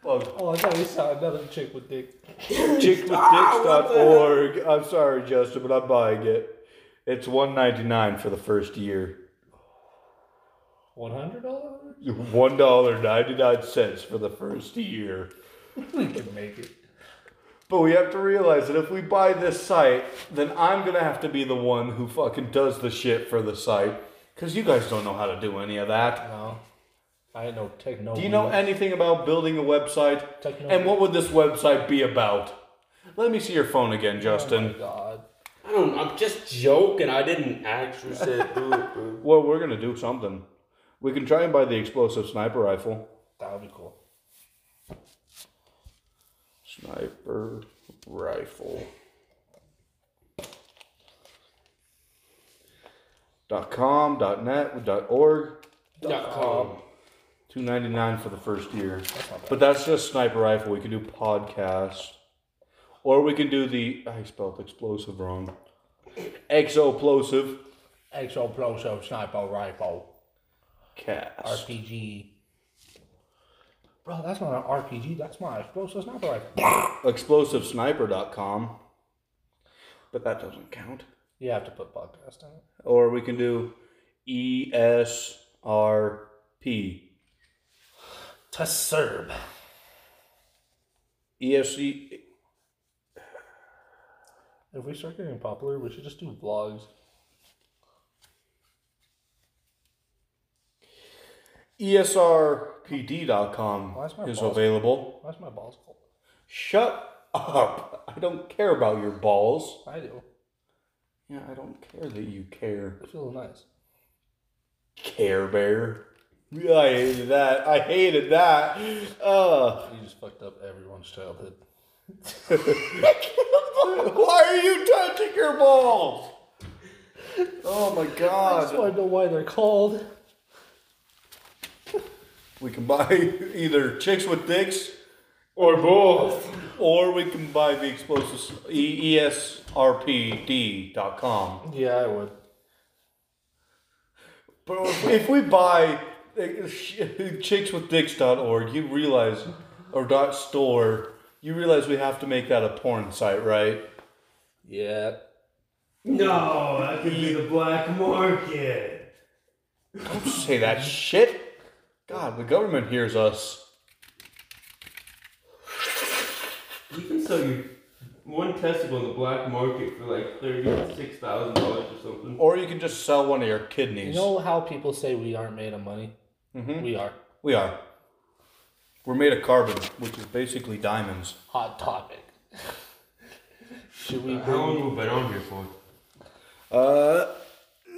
Speaker 2: Oh, I thought you saw another chick with dick.
Speaker 1: Chickwithdicks.org. I'm sorry, Justin, but I'm buying it. It's one ninety nine for the first year.
Speaker 2: One hundred dollars.
Speaker 1: One dollar ninety nine cents for the first year.
Speaker 2: We can make it.
Speaker 1: But we have to realize that if we buy this site, then I'm gonna have to be the one who fucking does the shit for the site. Cause you guys don't know how to do any of that.
Speaker 2: No, I ain't no tech. No.
Speaker 1: Do you know anything about building a website?
Speaker 2: Techno-
Speaker 1: And what would this website be about? Let me see your phone again,
Speaker 2: Oh my
Speaker 1: Justin.
Speaker 2: God.
Speaker 3: I don't. I'm just joking. I didn't actually say do it. bro.
Speaker 1: Well, we're gonna do something. We can try and buy the explosive sniper rifle.
Speaker 2: That would be cool.
Speaker 1: Sniper rifle. Dot com, dot net, dot org.
Speaker 3: Dot com.
Speaker 1: Two ninety nine for the first year. but that's just sniper rifle. We can do podcast. Or we can do the I spelled explosive wrong. Exoplosive
Speaker 2: Exo Pro Show Sniper Rifle
Speaker 1: cast.
Speaker 2: RPG. Bro, that's not an RPG. That's my explosive sniper rifle.
Speaker 1: Explosivesniper.com. But that doesn't count.
Speaker 2: you have to put podcast in it.
Speaker 1: Or we can do E ESRP.
Speaker 2: To serve.
Speaker 1: E ESC.
Speaker 2: If we start getting popular, we should just do vlogs.
Speaker 1: E
Speaker 2: Why is my
Speaker 1: ESRPD.com is
Speaker 2: balls-
Speaker 1: available.
Speaker 2: Why's my balls cold?
Speaker 1: Shut up. I don't care about your balls.
Speaker 2: I do.
Speaker 1: Yeah, I don't care that you care.
Speaker 2: It feels nice.
Speaker 1: Care Bear. Yeah, I hated that. I hated that. Uh,
Speaker 2: You just fucked up everyone's childhood.
Speaker 1: why are you touching your balls? Oh my
Speaker 2: I just
Speaker 1: god.
Speaker 2: want to know why they're called.
Speaker 1: We can buy either Chicks with Dicks
Speaker 3: Or both.
Speaker 1: or we can buy the explosives. E- ESRPD.com.
Speaker 2: Yeah, I would.
Speaker 1: Bro, if- if we buy uh, sh- chickswithdicks.org, you realize, or dot store, you realize we have to make that a porn site, right?
Speaker 2: Yeah.
Speaker 7: No, that could be the black market.
Speaker 1: Don't say that shit. God, the government hears us.
Speaker 3: You can sell your one testicle on the black market for like thirty-six thousand dollars or something.
Speaker 1: Or you can just sell one of your
Speaker 2: You
Speaker 1: kidneys.
Speaker 2: know how people say we aren't made of money? We are.
Speaker 1: we are. We're made of carbon, which is basically diamonds.
Speaker 2: Hot topic. should we
Speaker 3: How long
Speaker 2: bring
Speaker 3: have we been on here for?
Speaker 1: Uh,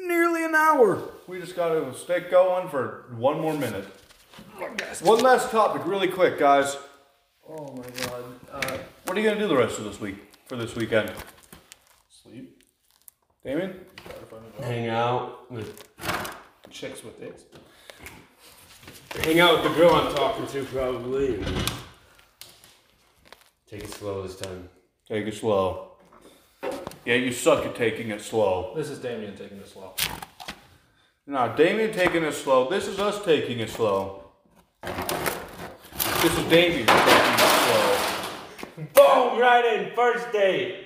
Speaker 1: nearly an hour. We just got to stay going for one more minute. One last topic, really quick, guys.
Speaker 2: Oh my god. Uh,
Speaker 1: What are you gonna do the rest of this week for this weekend?
Speaker 2: Sleep.
Speaker 1: Damien?
Speaker 3: Hang out with
Speaker 2: Chicks with dicks.
Speaker 3: hang out with the girl I'm talking to probably. Take it slow this time.
Speaker 1: Take it slow. Yeah, you suck at taking it slow.
Speaker 2: This is Damien taking this slow.
Speaker 1: Nah, Damien taking it slow. This is us taking it slow. This is Damien taking it slow.
Speaker 3: Boom! Right in first date.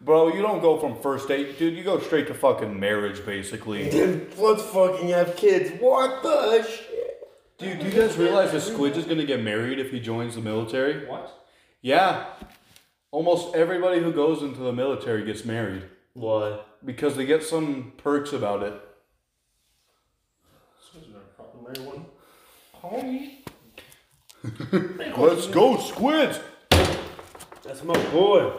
Speaker 1: Bro, you don't go from first date, dude, you go straight to fucking marriage basically.
Speaker 3: Let's fucking have kids. What the shit?
Speaker 1: Dude, do you guys realize that Squidge is gonna get married if he joins the military?
Speaker 2: What?
Speaker 1: Yeah. Almost everybody who goes into the military gets married.
Speaker 3: Why?
Speaker 1: Because they get some perks about it.
Speaker 2: homie.
Speaker 1: Let's go, squids!
Speaker 3: That's my boy.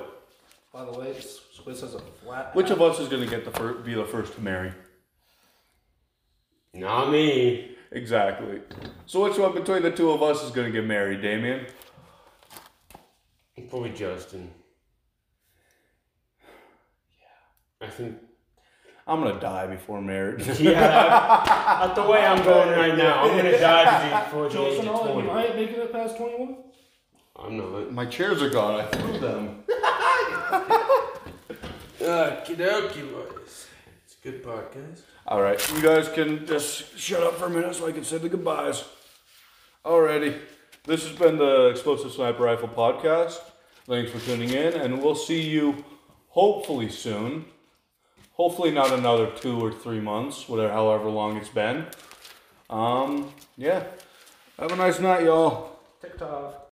Speaker 2: By the way, Squiz has a flat.
Speaker 1: Which of us is gonna get the fir- be the first to marry?
Speaker 3: Not me.
Speaker 1: Exactly. So which one between the two of us is gonna get married, Damien?
Speaker 3: Probably Justin. Yeah. I think.
Speaker 1: I'm gonna die before marriage.
Speaker 3: Yeah. At the way I'm going right now, I'm gonna die before the age
Speaker 2: Joseph,
Speaker 3: of
Speaker 2: all you
Speaker 3: 20.
Speaker 2: might make it past 21?
Speaker 3: I'm not.
Speaker 1: My chairs are gone. I threw them.
Speaker 3: Uh, Kidoki boys. It's a good podcast.
Speaker 1: All right, you guys can just shut up for a minute so I can say the goodbyes. Alrighty, this has been the Explosive Sniper Rifle podcast. Thanks for tuning in, and we'll see you hopefully soon. Hopefully not another two or three months, whatever, however long it's been. Um, yeah. Have a nice night, y'all.
Speaker 2: TikTok.